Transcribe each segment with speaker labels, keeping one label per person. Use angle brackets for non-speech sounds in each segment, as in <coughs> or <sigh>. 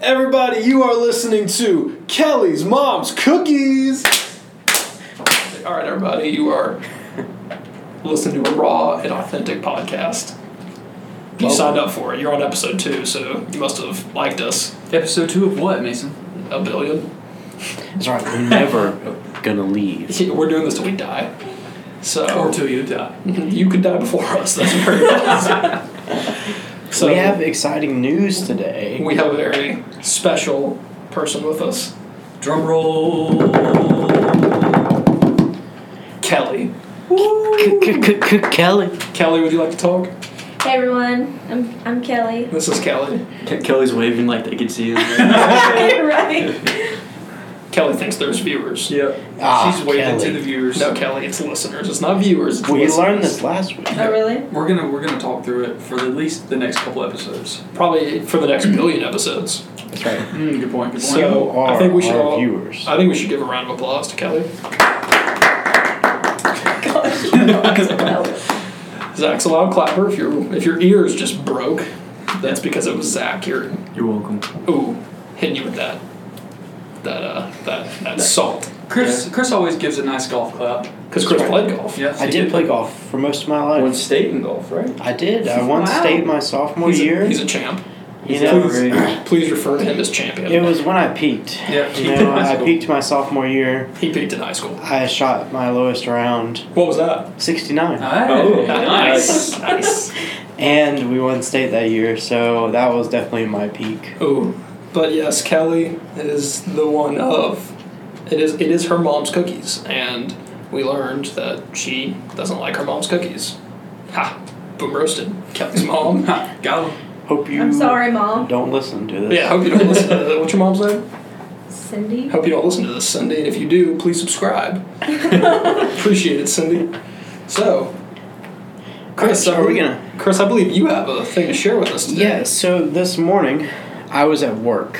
Speaker 1: everybody, you are listening to Kelly's Mom's Cookies.
Speaker 2: All right, everybody, you are <laughs> listening to a raw and authentic podcast. You
Speaker 1: Welcome.
Speaker 2: signed up for it. You're on episode two, so you must have liked us
Speaker 3: Episode two of what, Mason?
Speaker 2: a billion.
Speaker 4: It's alright, we're never gonna leave.
Speaker 2: We're doing this till we die. So
Speaker 3: Or till you die.
Speaker 2: <laughs> you could die before us. That's very possible.
Speaker 3: <laughs>
Speaker 2: so
Speaker 4: we have exciting news today.
Speaker 2: we have a very special person with us,
Speaker 3: Drum roll.
Speaker 2: Kelly.
Speaker 4: Kelly.
Speaker 2: Kelly, would you like to talk?
Speaker 5: Hey everyone, I'm I'm
Speaker 3: <laughs>
Speaker 5: Kelly.
Speaker 2: This is Kelly.
Speaker 6: Kelly's waving like they can see him.
Speaker 5: right.
Speaker 2: Kelly thinks there's viewers.
Speaker 3: Yep.
Speaker 4: Ah,
Speaker 2: <laughs>
Speaker 3: She's waving
Speaker 4: Kelly.
Speaker 3: to the viewers.
Speaker 2: No, Kelly, it's listeners. It's not viewers. It's
Speaker 4: We
Speaker 2: listeners.
Speaker 4: learned this last week.
Speaker 5: Oh
Speaker 3: <laughs>
Speaker 5: really?
Speaker 3: We're gonna we're gonna talk through it for at least the next couple episodes.
Speaker 2: probably for the next billion episodes.
Speaker 4: That's right.
Speaker 3: Mm, good point. Good point.
Speaker 2: So-
Speaker 4: You are
Speaker 2: I think we should
Speaker 4: our
Speaker 2: all-
Speaker 4: viewers.
Speaker 2: I think we should give a round of applause to Kelly. Zach's a loud clapper. If your if your ears just broke, that's because it was Zach here.
Speaker 6: You're welcome.
Speaker 2: Ooh, hitting you with that that uh that that salt
Speaker 3: Chris Chris always gives a nice golf clap.
Speaker 2: because Chris played golf.
Speaker 3: Yes.
Speaker 4: I
Speaker 3: he
Speaker 4: did play golf for most of my life.
Speaker 6: state in golf, right?
Speaker 4: I did. I won
Speaker 5: Wow.
Speaker 4: state my sophomore
Speaker 2: He's a,
Speaker 4: year.
Speaker 2: he's a champ.
Speaker 4: you know,
Speaker 2: Please refer to him as champion.
Speaker 4: it was when I peaked.
Speaker 3: Yeah,
Speaker 4: you
Speaker 3: peaked in
Speaker 4: know,
Speaker 3: high
Speaker 4: I
Speaker 3: school.
Speaker 4: peaked my sophomore year.
Speaker 2: he peaked in high school.
Speaker 4: I shot my lowest round,
Speaker 2: <coughs> What was that?
Speaker 4: 69,
Speaker 2: Uh.
Speaker 3: Hey.
Speaker 2: <laughs>
Speaker 6: Oh.
Speaker 2: Nice. nice.
Speaker 4: and we won state that year. So that was definitely my peak.
Speaker 2: Oh, but yes, Kelly is the one of it is it is her mom's cookies, and we learned that she doesn't like her mom's cookies. Ha! Boom roasted. Kelly's mom.
Speaker 3: Ha, Got him.
Speaker 4: Hope you
Speaker 5: I'm sorry, mom.
Speaker 4: don't listen to this.
Speaker 2: Yeah, I hope you don't listen to this. What's your mom's name?
Speaker 5: Cindy.
Speaker 2: Hope you don't listen to this, Cindy. And if you do, please
Speaker 4: <laughs>
Speaker 2: subscribe. Appreciate it, Cindy. So,
Speaker 4: Chris,
Speaker 2: I
Speaker 4: are we
Speaker 2: believe-
Speaker 4: gonna?
Speaker 2: Chris, I believe you have a thing to share with us today.
Speaker 4: Yeah. So this morning, I was at work.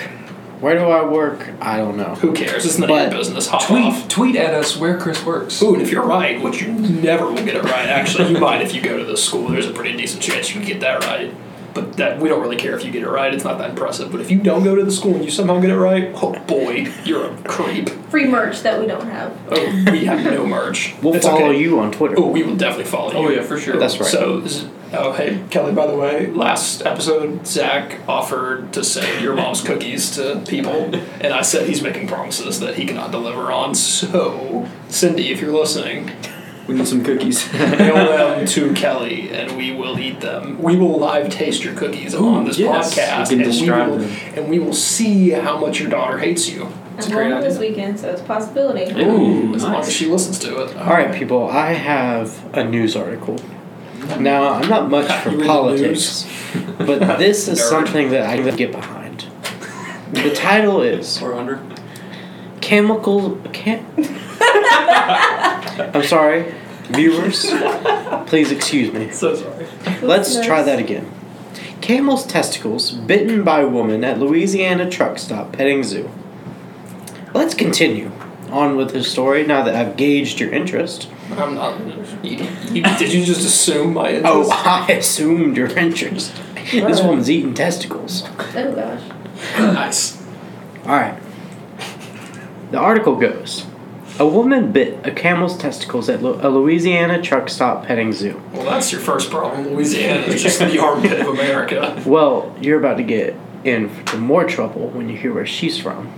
Speaker 4: Where do I work? I don't know.
Speaker 2: Who cares? It's none of
Speaker 4: But
Speaker 2: your business. Hop off.
Speaker 3: Tweet tweet at us where Chris works.
Speaker 2: Ooh, and if you're right, which you never will get it right, actually, you might if you go to this school. There's a pretty decent chance you can get that right. But that we don't really care if you get it right. It's not that impressive. But if you don't go to the school and you somehow get it right, oh boy, you're a creep.
Speaker 5: Free merch that we don't have.
Speaker 2: Oh, we have no merch.
Speaker 4: We'll
Speaker 2: It's
Speaker 4: follow
Speaker 2: okay.
Speaker 4: you on Twitter.
Speaker 2: Oh, we will definitely follow you.
Speaker 3: Oh yeah, for sure.
Speaker 4: That's right.
Speaker 2: So, z- oh hey, Kelly. By the way, last episode, Zach offered to send your mom's cookies to people, and I said he's making promises that he cannot deliver on. So, Cindy, if you're listening,
Speaker 6: We need some cookies.
Speaker 2: mail <laughs> them to Kelly, and we will eat them. We will live taste your cookies on this
Speaker 6: yes.
Speaker 2: podcast,
Speaker 6: You can
Speaker 2: and, we
Speaker 6: describe
Speaker 2: will,
Speaker 6: them.
Speaker 2: and we will see how much your daughter hates you.
Speaker 3: It's
Speaker 5: I'm
Speaker 3: a great
Speaker 5: home this
Speaker 3: idea.
Speaker 5: weekend, so it's a possibility.
Speaker 6: Ooh,
Speaker 2: as long as
Speaker 6: nice.
Speaker 2: she listens to it.
Speaker 4: All right, people. I have a news article. Now I'm not much
Speaker 2: You
Speaker 4: for
Speaker 2: read the
Speaker 4: politics, <laughs> but this is
Speaker 2: Nerd.
Speaker 4: something that I can get behind. The title is
Speaker 3: Or under.
Speaker 4: chemical. Chem- <laughs> I'm sorry, viewers. Please excuse me.
Speaker 2: So sorry.
Speaker 4: Let's try that again. Camel's testicles bitten by woman at Louisiana truck stop petting zoo. Let's continue on with the story now that I've gauged your interest.
Speaker 2: I'm not. You, you, did you just assume my interest?
Speaker 4: Oh, <laughs> I assumed your interest. This
Speaker 2: Alright.
Speaker 4: woman's eating testicles.
Speaker 5: Oh gosh.
Speaker 2: nice.
Speaker 4: All right. The article goes A woman bit a camel's testicles at Lu- a Louisiana truck stop petting zoo.
Speaker 2: Well, that's your first problem. Louisiana is just the armpit of America.
Speaker 4: Well, you're about to get in for more trouble when you hear where she's from.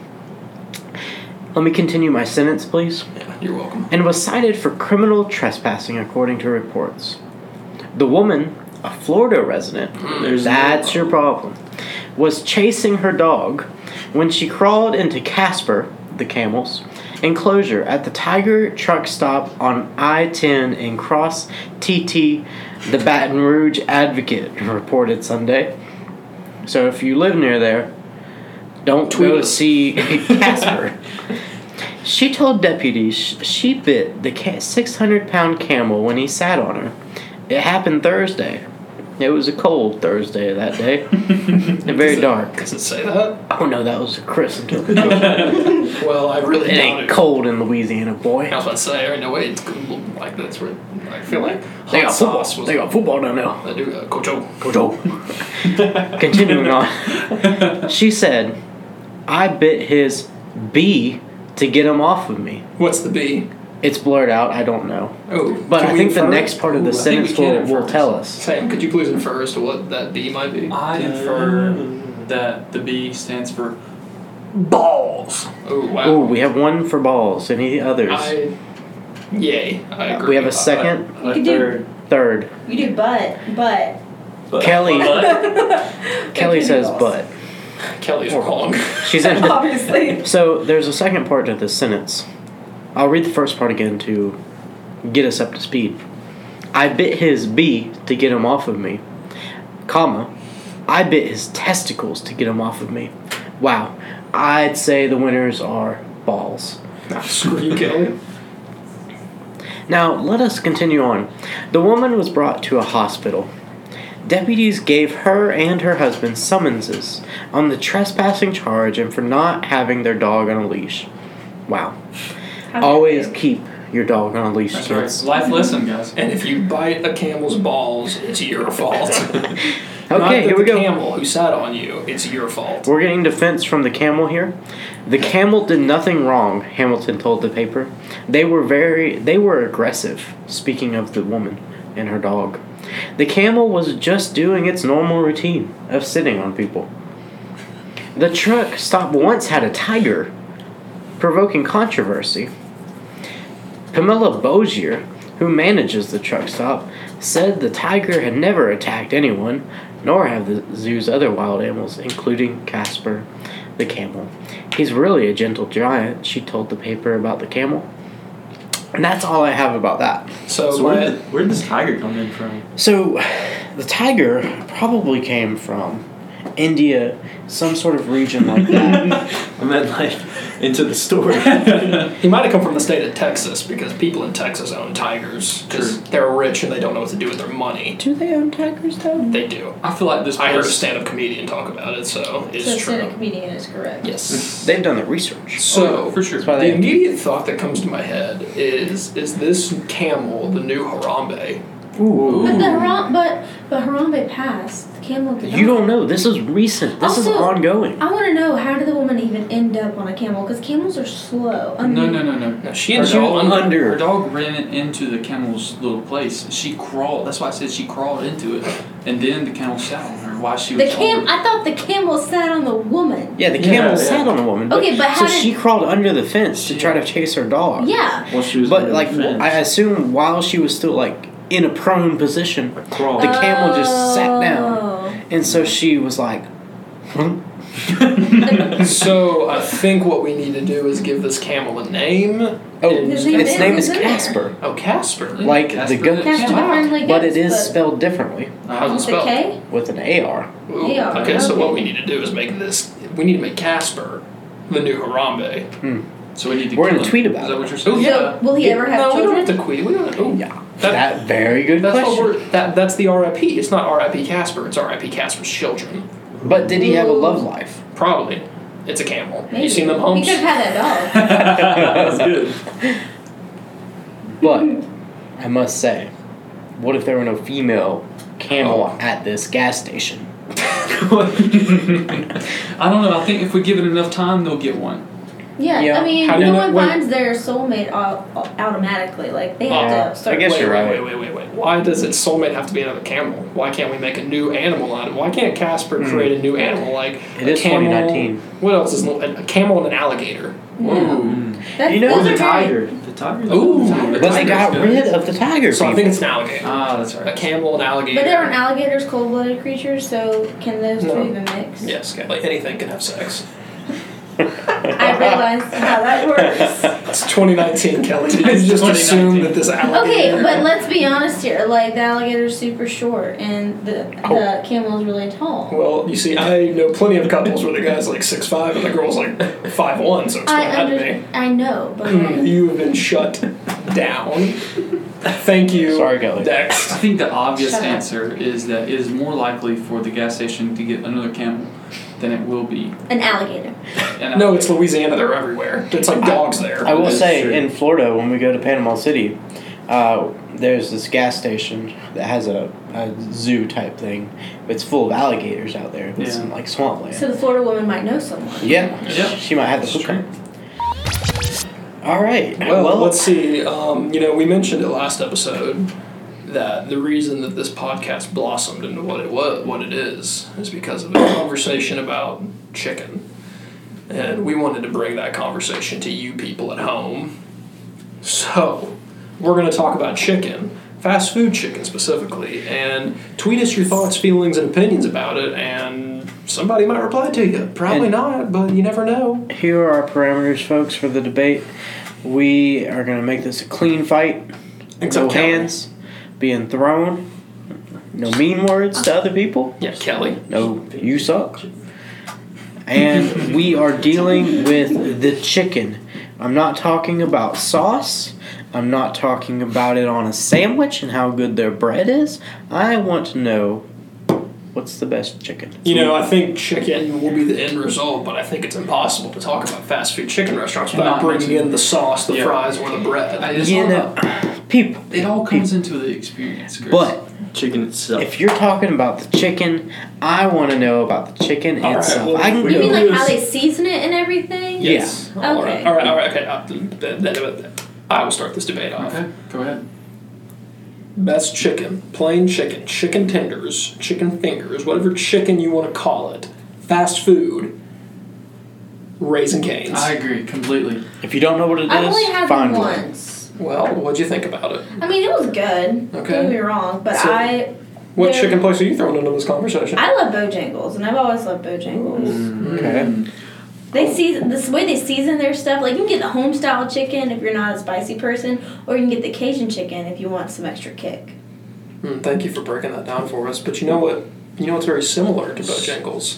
Speaker 4: Let me continue my sentence, please.
Speaker 2: You're welcome.
Speaker 4: And was cited for criminal trespassing, according to reports. The woman, a Florida resident,
Speaker 6: There's
Speaker 4: that's your problem, was chasing her dog when she crawled into Casper, the camel's, enclosure at the Tiger truck stop on I 10 in Cross TT, the Baton Rouge Advocate <laughs> reported Sunday. So if you live near there, don't
Speaker 2: Tweet
Speaker 4: go
Speaker 2: us.
Speaker 4: see Casper. She told deputies sh- she bit the 600 pound camel when he sat on her. It happened Thursday. It was a cold Thursday that day, and very dark.
Speaker 2: Does it say that?
Speaker 4: Oh no, that was a
Speaker 2: <laughs>
Speaker 4: Christmas. It
Speaker 2: Well, I really doubt
Speaker 4: ain't cold in Louisiana, boy.
Speaker 2: I was about to say, I ain't no way it's gonna look like this. Where I feel like hot
Speaker 4: They got football.
Speaker 2: sauce was.
Speaker 4: They got football down there.
Speaker 2: I do, uh, Coach O.
Speaker 4: Continuing on, she said, I bit his B to get him off of me.
Speaker 2: What's the B?
Speaker 4: It's blurred out. I don't know.
Speaker 2: Oh,
Speaker 4: But
Speaker 2: can
Speaker 4: I
Speaker 2: we
Speaker 4: think the
Speaker 2: infer?
Speaker 4: next part of the
Speaker 2: Ooh, I think we
Speaker 4: sentence
Speaker 2: can
Speaker 4: will,
Speaker 2: infer.
Speaker 4: will tell us.
Speaker 2: Sam, could you please infer as to what that B might be?
Speaker 3: I infer that the B stands for
Speaker 2: Balls. Oh wow.
Speaker 4: Ooh, we have one for balls. Any others?
Speaker 2: I, yay. I agree.
Speaker 4: Uh,
Speaker 2: Uh,
Speaker 4: we have a
Speaker 2: I-
Speaker 4: second,
Speaker 5: You could do
Speaker 4: third.
Speaker 5: you do butt, but
Speaker 6: But-
Speaker 4: Kelly
Speaker 5: <laughs>
Speaker 3: butt.
Speaker 4: <laughs> Kelly says but.
Speaker 2: I- Kelly's wrong. <laughs>
Speaker 4: She's in.
Speaker 5: <laughs> obviously.
Speaker 4: So there's a second part to this sentence. I'll read the first part again to get us up to speed. I bit his B to get him off of me, comma. I bit his testicles to get him off of me. Wow. I'd say the winners are balls.
Speaker 2: Screw you, Kelly.
Speaker 4: Now, let us continue on. The woman was brought to a hospital. Deputies gave her and her husband summonses on the trespassing charge and for not having their dog on a leash. Wow.
Speaker 5: How
Speaker 4: Always
Speaker 5: dare you.
Speaker 4: keep your dog on a leash,
Speaker 3: That's
Speaker 4: kids.
Speaker 3: right. Life lesson, guys.
Speaker 2: And if you bite a camel's balls, it's your
Speaker 3: <laughs>
Speaker 2: fault. Not
Speaker 4: Okay,
Speaker 2: that
Speaker 4: here we
Speaker 2: the
Speaker 4: go.
Speaker 2: Camel who sat on you, it's your fault.
Speaker 4: We're getting defense from the camel here. The camel did nothing wrong, Hamilton told the paper. They were very they were aggressive, speaking of the woman and her dog. The camel was just doing its normal routine of sitting on people. The truck stop once had a tiger, provoking controversy. Pamela Bozier, who manages the truck stop, said the tiger had never attacked anyone, nor have the zoo's other wild animals, including Casper the camel. He's really a gentle giant, she told the paper about the camel. And that's all I have about that.
Speaker 2: So, uh,
Speaker 6: So
Speaker 2: my-
Speaker 6: where did, where did this tiger come in from?
Speaker 4: So, the tiger probably came from India, some sort of region like that.
Speaker 6: I meant like into
Speaker 3: <laughs>
Speaker 6: the story.
Speaker 2: he might have come from the state of Texas because people in Texas own tigers because they're rich and they don't know what to do with their money.
Speaker 4: Do they own tigers though?
Speaker 2: They do.
Speaker 3: I feel like this
Speaker 2: I heard a
Speaker 3: <laughs> place.
Speaker 2: stand-up comedian talk about it, so it's
Speaker 5: So
Speaker 2: true.
Speaker 5: stand-up comedian is correct.
Speaker 3: <laughs>
Speaker 2: Yes.
Speaker 4: They've done their research.
Speaker 2: So
Speaker 3: for sure.
Speaker 4: That's why
Speaker 2: The
Speaker 4: they.
Speaker 2: immediate thought that comes to my head is is this camel the new Harambe?
Speaker 4: Ooh.
Speaker 5: But the Haram, but but Harambe passed. The camel did
Speaker 4: You
Speaker 5: not.
Speaker 4: don't know. This is recent. This is
Speaker 5: Also-
Speaker 4: ongoing.
Speaker 5: I want to know how did the woman even end up on a camel? Because camels are slow. I mean,
Speaker 3: No, no, no, no.
Speaker 2: No, she
Speaker 3: Her
Speaker 2: and
Speaker 3: dog,
Speaker 2: John.
Speaker 4: under.
Speaker 3: Her dog ran into the camel's little place. She crawled. That's why I said she crawled into it, and then the camel sat on her while she
Speaker 5: The
Speaker 3: was.
Speaker 5: cam.
Speaker 3: on
Speaker 5: I thought the camel sat on the woman.
Speaker 4: Yeah, the
Speaker 6: Yeah,
Speaker 4: camel
Speaker 6: yeah.
Speaker 4: sat on a woman.
Speaker 5: Okay, but how
Speaker 4: so
Speaker 5: did-
Speaker 4: she crawled under the fence to try to chase her dog.
Speaker 5: Yeah.
Speaker 6: well, she was
Speaker 4: but
Speaker 6: under
Speaker 4: like
Speaker 6: the fence.
Speaker 4: I assume while she was still like in a prone position,
Speaker 6: crawled.
Speaker 5: <laughs>
Speaker 4: The camel just sat down.
Speaker 5: Oh.
Speaker 4: and so she was like, "Hmm."
Speaker 2: so I think what we need to do is give this camel a name.
Speaker 4: oh, its
Speaker 5: His name is-
Speaker 4: name is
Speaker 5: is in there.
Speaker 4: Casper,
Speaker 2: Oh, Casper.
Speaker 4: like
Speaker 3: Casper
Speaker 4: the goat,
Speaker 3: the
Speaker 5: That's the friendly
Speaker 4: but it
Speaker 5: goats,
Speaker 4: is spelled differently
Speaker 3: Uh,
Speaker 2: How's it
Speaker 5: with
Speaker 2: spelled?
Speaker 5: a K.
Speaker 4: with an AR.
Speaker 2: Ooh,
Speaker 5: Yeah,
Speaker 2: okay, so
Speaker 5: okay.
Speaker 2: what we need to do is make this. We need to make Casper the new Harambe.
Speaker 4: Oh,
Speaker 3: so we need to.
Speaker 4: We're
Speaker 3: kill
Speaker 4: gonna
Speaker 3: him.
Speaker 4: tweet about
Speaker 3: Is that
Speaker 4: it.
Speaker 3: what
Speaker 2: Oh,
Speaker 3: you're saying?
Speaker 2: yeah.
Speaker 5: So will he ever have
Speaker 2: no,
Speaker 5: children?
Speaker 2: we don't have to quit. We don't. Ooh,
Speaker 4: Yeah,
Speaker 2: That-
Speaker 4: that, very good
Speaker 2: That's what
Speaker 4: question.
Speaker 2: we're. That that's the RIP. It's not RIP Casper. It's RIP Casper's children.
Speaker 4: But did he have a
Speaker 5: Ooh.
Speaker 4: love life?
Speaker 2: Probably. It's a camel.
Speaker 5: Maybe.
Speaker 2: You seen them
Speaker 5: He
Speaker 2: homes?
Speaker 5: could have had that
Speaker 4: <laughs>
Speaker 5: dog.
Speaker 6: <laughs> That's good.
Speaker 4: But
Speaker 5: <laughs>
Speaker 4: I must say, what if there were no female camel
Speaker 2: Oh.
Speaker 4: at this gas station?
Speaker 3: <laughs> I don't know. I think if we give it enough time, they'll get one.
Speaker 5: Yeah,
Speaker 4: Yeah.
Speaker 5: I mean,
Speaker 2: How do
Speaker 5: no
Speaker 2: you know-
Speaker 5: one
Speaker 2: wait.
Speaker 5: finds their soulmate au- au- automatically. Like they have
Speaker 2: Uh,
Speaker 4: Yeah,
Speaker 5: to start.
Speaker 4: I guess
Speaker 2: wait,
Speaker 4: you're
Speaker 2: wait,
Speaker 4: right.
Speaker 2: Wait, wait, wait, wait. Why does its soulmate have to be another camel? Why can't we make a new animal out of it? Why can't Casper create a new animal like
Speaker 4: It
Speaker 2: a
Speaker 4: is
Speaker 2: camel?
Speaker 4: 2019.
Speaker 2: What else is a, a camel and an alligator?
Speaker 5: No. That's,
Speaker 4: You know
Speaker 5: those
Speaker 6: the
Speaker 5: are very-
Speaker 6: tiger. The tiger.
Speaker 2: Ooh.
Speaker 3: The
Speaker 4: But they
Speaker 3: tiger's
Speaker 4: got
Speaker 3: good.
Speaker 4: rid of the tiger.
Speaker 2: So I
Speaker 4: people.
Speaker 2: think it's an alligator.
Speaker 3: Ah, that's
Speaker 2: A
Speaker 3: right.
Speaker 2: camel, an alligator.
Speaker 5: But there aren't alligators cold-blooded creatures, so can those
Speaker 2: No.
Speaker 5: two even mix?
Speaker 2: Yes, like anything can have sex.
Speaker 5: I realize how
Speaker 2: <laughs>
Speaker 5: that works.
Speaker 2: It's 2019, Kelly. You
Speaker 3: It's
Speaker 2: just assume
Speaker 3: 2019.
Speaker 2: that this alligator.
Speaker 5: Okay, but let's be honest here. Like the alligator's super short, and the the camel is really tall.
Speaker 2: Well, you see, I know plenty of couples where the guy's like six five and the girl's like five one, so explain
Speaker 5: I
Speaker 2: that to me.
Speaker 5: under I know,
Speaker 2: <laughs>
Speaker 5: but like,
Speaker 2: You have been shut down. Thank you.
Speaker 4: Sorry, Kelly.
Speaker 3: I
Speaker 2: Next.
Speaker 3: think the obvious
Speaker 5: Shut up.
Speaker 3: answer is that it is more likely for the gas station to get another camel than it will be.
Speaker 5: an alligator.
Speaker 3: And
Speaker 2: No, it's Louisiana. They're everywhere. It's like dogs there.
Speaker 4: I will
Speaker 3: That is
Speaker 4: say,
Speaker 3: true.
Speaker 4: in Florida, when we go to Panama City, uh, there's this gas station that has a, a zoo type thing. It's full of alligators out there. It's
Speaker 3: Yeah.
Speaker 4: in like swampland.
Speaker 5: So the Florida woman might know someone.
Speaker 4: yeah,
Speaker 3: Yep.
Speaker 4: she might have the
Speaker 3: That's
Speaker 4: hookup. All right.
Speaker 2: Well, let's see. Um, you know, we mentioned it last episode that the reason that this podcast blossomed into what it was, what it is, is because of a conversation about chicken, and we wanted to bring that conversation to you people at home. So, we're going to talk about chicken, fast food chicken specifically, and tweet us your thoughts, feelings, and opinions about it, and somebody might reply to you. Probably
Speaker 4: And-
Speaker 2: not, but you never know.
Speaker 4: Here are our parameters, folks, for the debate. We are going to make this a clean fight. no
Speaker 2: Kelly.
Speaker 4: hands being thrown. No mean words to other people.
Speaker 2: Yeah, Kelly.
Speaker 4: No, you suck. And we are dealing with the chicken. I'm not talking about sauce. I'm not talking about it on a sandwich and how good their bread is. I want to know what's the best chicken.
Speaker 2: You know, I think chicken will be the end result, but I think it's impossible to talk about fast food chicken restaurants without
Speaker 3: Cannot
Speaker 2: bringing
Speaker 3: mention-
Speaker 2: in the sauce, the
Speaker 3: Yeah.
Speaker 2: fries, or the bread.
Speaker 3: I- it's
Speaker 4: You
Speaker 3: all
Speaker 4: know-
Speaker 3: about-
Speaker 4: People.
Speaker 3: it all comes into the experience. Chris.
Speaker 4: But
Speaker 6: Chicken itself.
Speaker 4: If you're talking about the chicken, I want to know about the chicken
Speaker 2: All right,
Speaker 4: itself.
Speaker 2: well,
Speaker 4: I can
Speaker 2: we
Speaker 5: You
Speaker 4: go.
Speaker 5: mean like how they season it and everything?
Speaker 4: Yeah.
Speaker 2: yes. All right.
Speaker 5: Okay.
Speaker 2: All right. All right. Okay. Uh, th- th- th- th- I will start this debate off.
Speaker 3: okay, go ahead.
Speaker 2: Best chicken, plain chicken, chicken tenders, chicken fingers, whatever chicken you want to call it. Fast food. Raisin canes.
Speaker 3: I agree completely.
Speaker 4: if you don't know what it
Speaker 5: I've only
Speaker 4: is,
Speaker 5: had them
Speaker 4: find one.
Speaker 5: once.
Speaker 2: well, what'd you think about it?
Speaker 5: I mean, it was good.
Speaker 2: Okay.
Speaker 5: Don't get me wrong, but
Speaker 2: So-
Speaker 5: I
Speaker 2: What
Speaker 5: They're-
Speaker 2: chicken place are you throwing into this conversation?
Speaker 5: I love Bojangles, and I've always loved Bojangles.
Speaker 4: Mm.
Speaker 3: Mm.
Speaker 4: Okay.
Speaker 5: They season this way they season their stuff. Like you can get the home style chicken if you're not a spicy person, or you can get the Cajun chicken if you want some extra kick.
Speaker 2: Mm, thank you for breaking that down for us. But you know what? You know what's very similar to Bojangles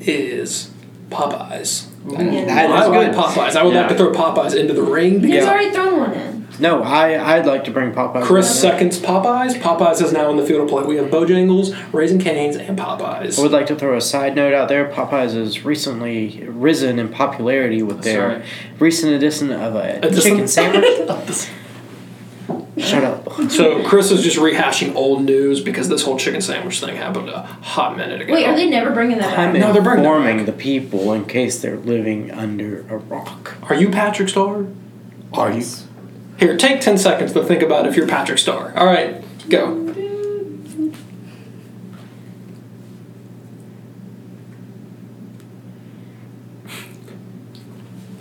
Speaker 2: is Popeyes.
Speaker 5: Yeah.
Speaker 4: That
Speaker 2: I
Speaker 4: is
Speaker 2: like
Speaker 4: good.
Speaker 2: Popeyes. I would like to throw Popeyes into the ring
Speaker 5: You guys
Speaker 2: because
Speaker 5: already thrown one in.
Speaker 4: No, I I'd like to bring Popeye.
Speaker 2: Chris seconds Popeyes. Popeyes is now in the field of play. We have Bojangles, Raisin Canes, and Popeyes.
Speaker 4: I would like to throw a side note out there. Popeyes has recently risen in popularity with
Speaker 3: That's
Speaker 4: their
Speaker 3: right.
Speaker 4: recent addition of a
Speaker 2: Addition?
Speaker 4: chicken
Speaker 3: <laughs>
Speaker 4: sandwich.
Speaker 2: <laughs>
Speaker 4: Shut up.
Speaker 2: So Chris is just rehashing old news because this whole chicken sandwich thing happened a hot minute ago.
Speaker 5: Wait, are they never bringing that
Speaker 4: I'm
Speaker 5: back?
Speaker 2: No, they're bringing it
Speaker 4: informing the people in case they're living under a rock.
Speaker 2: Are you Patrick Starr?
Speaker 4: Are you?
Speaker 2: Here, take ten seconds to think about if you're Patrick Starr. All right, go.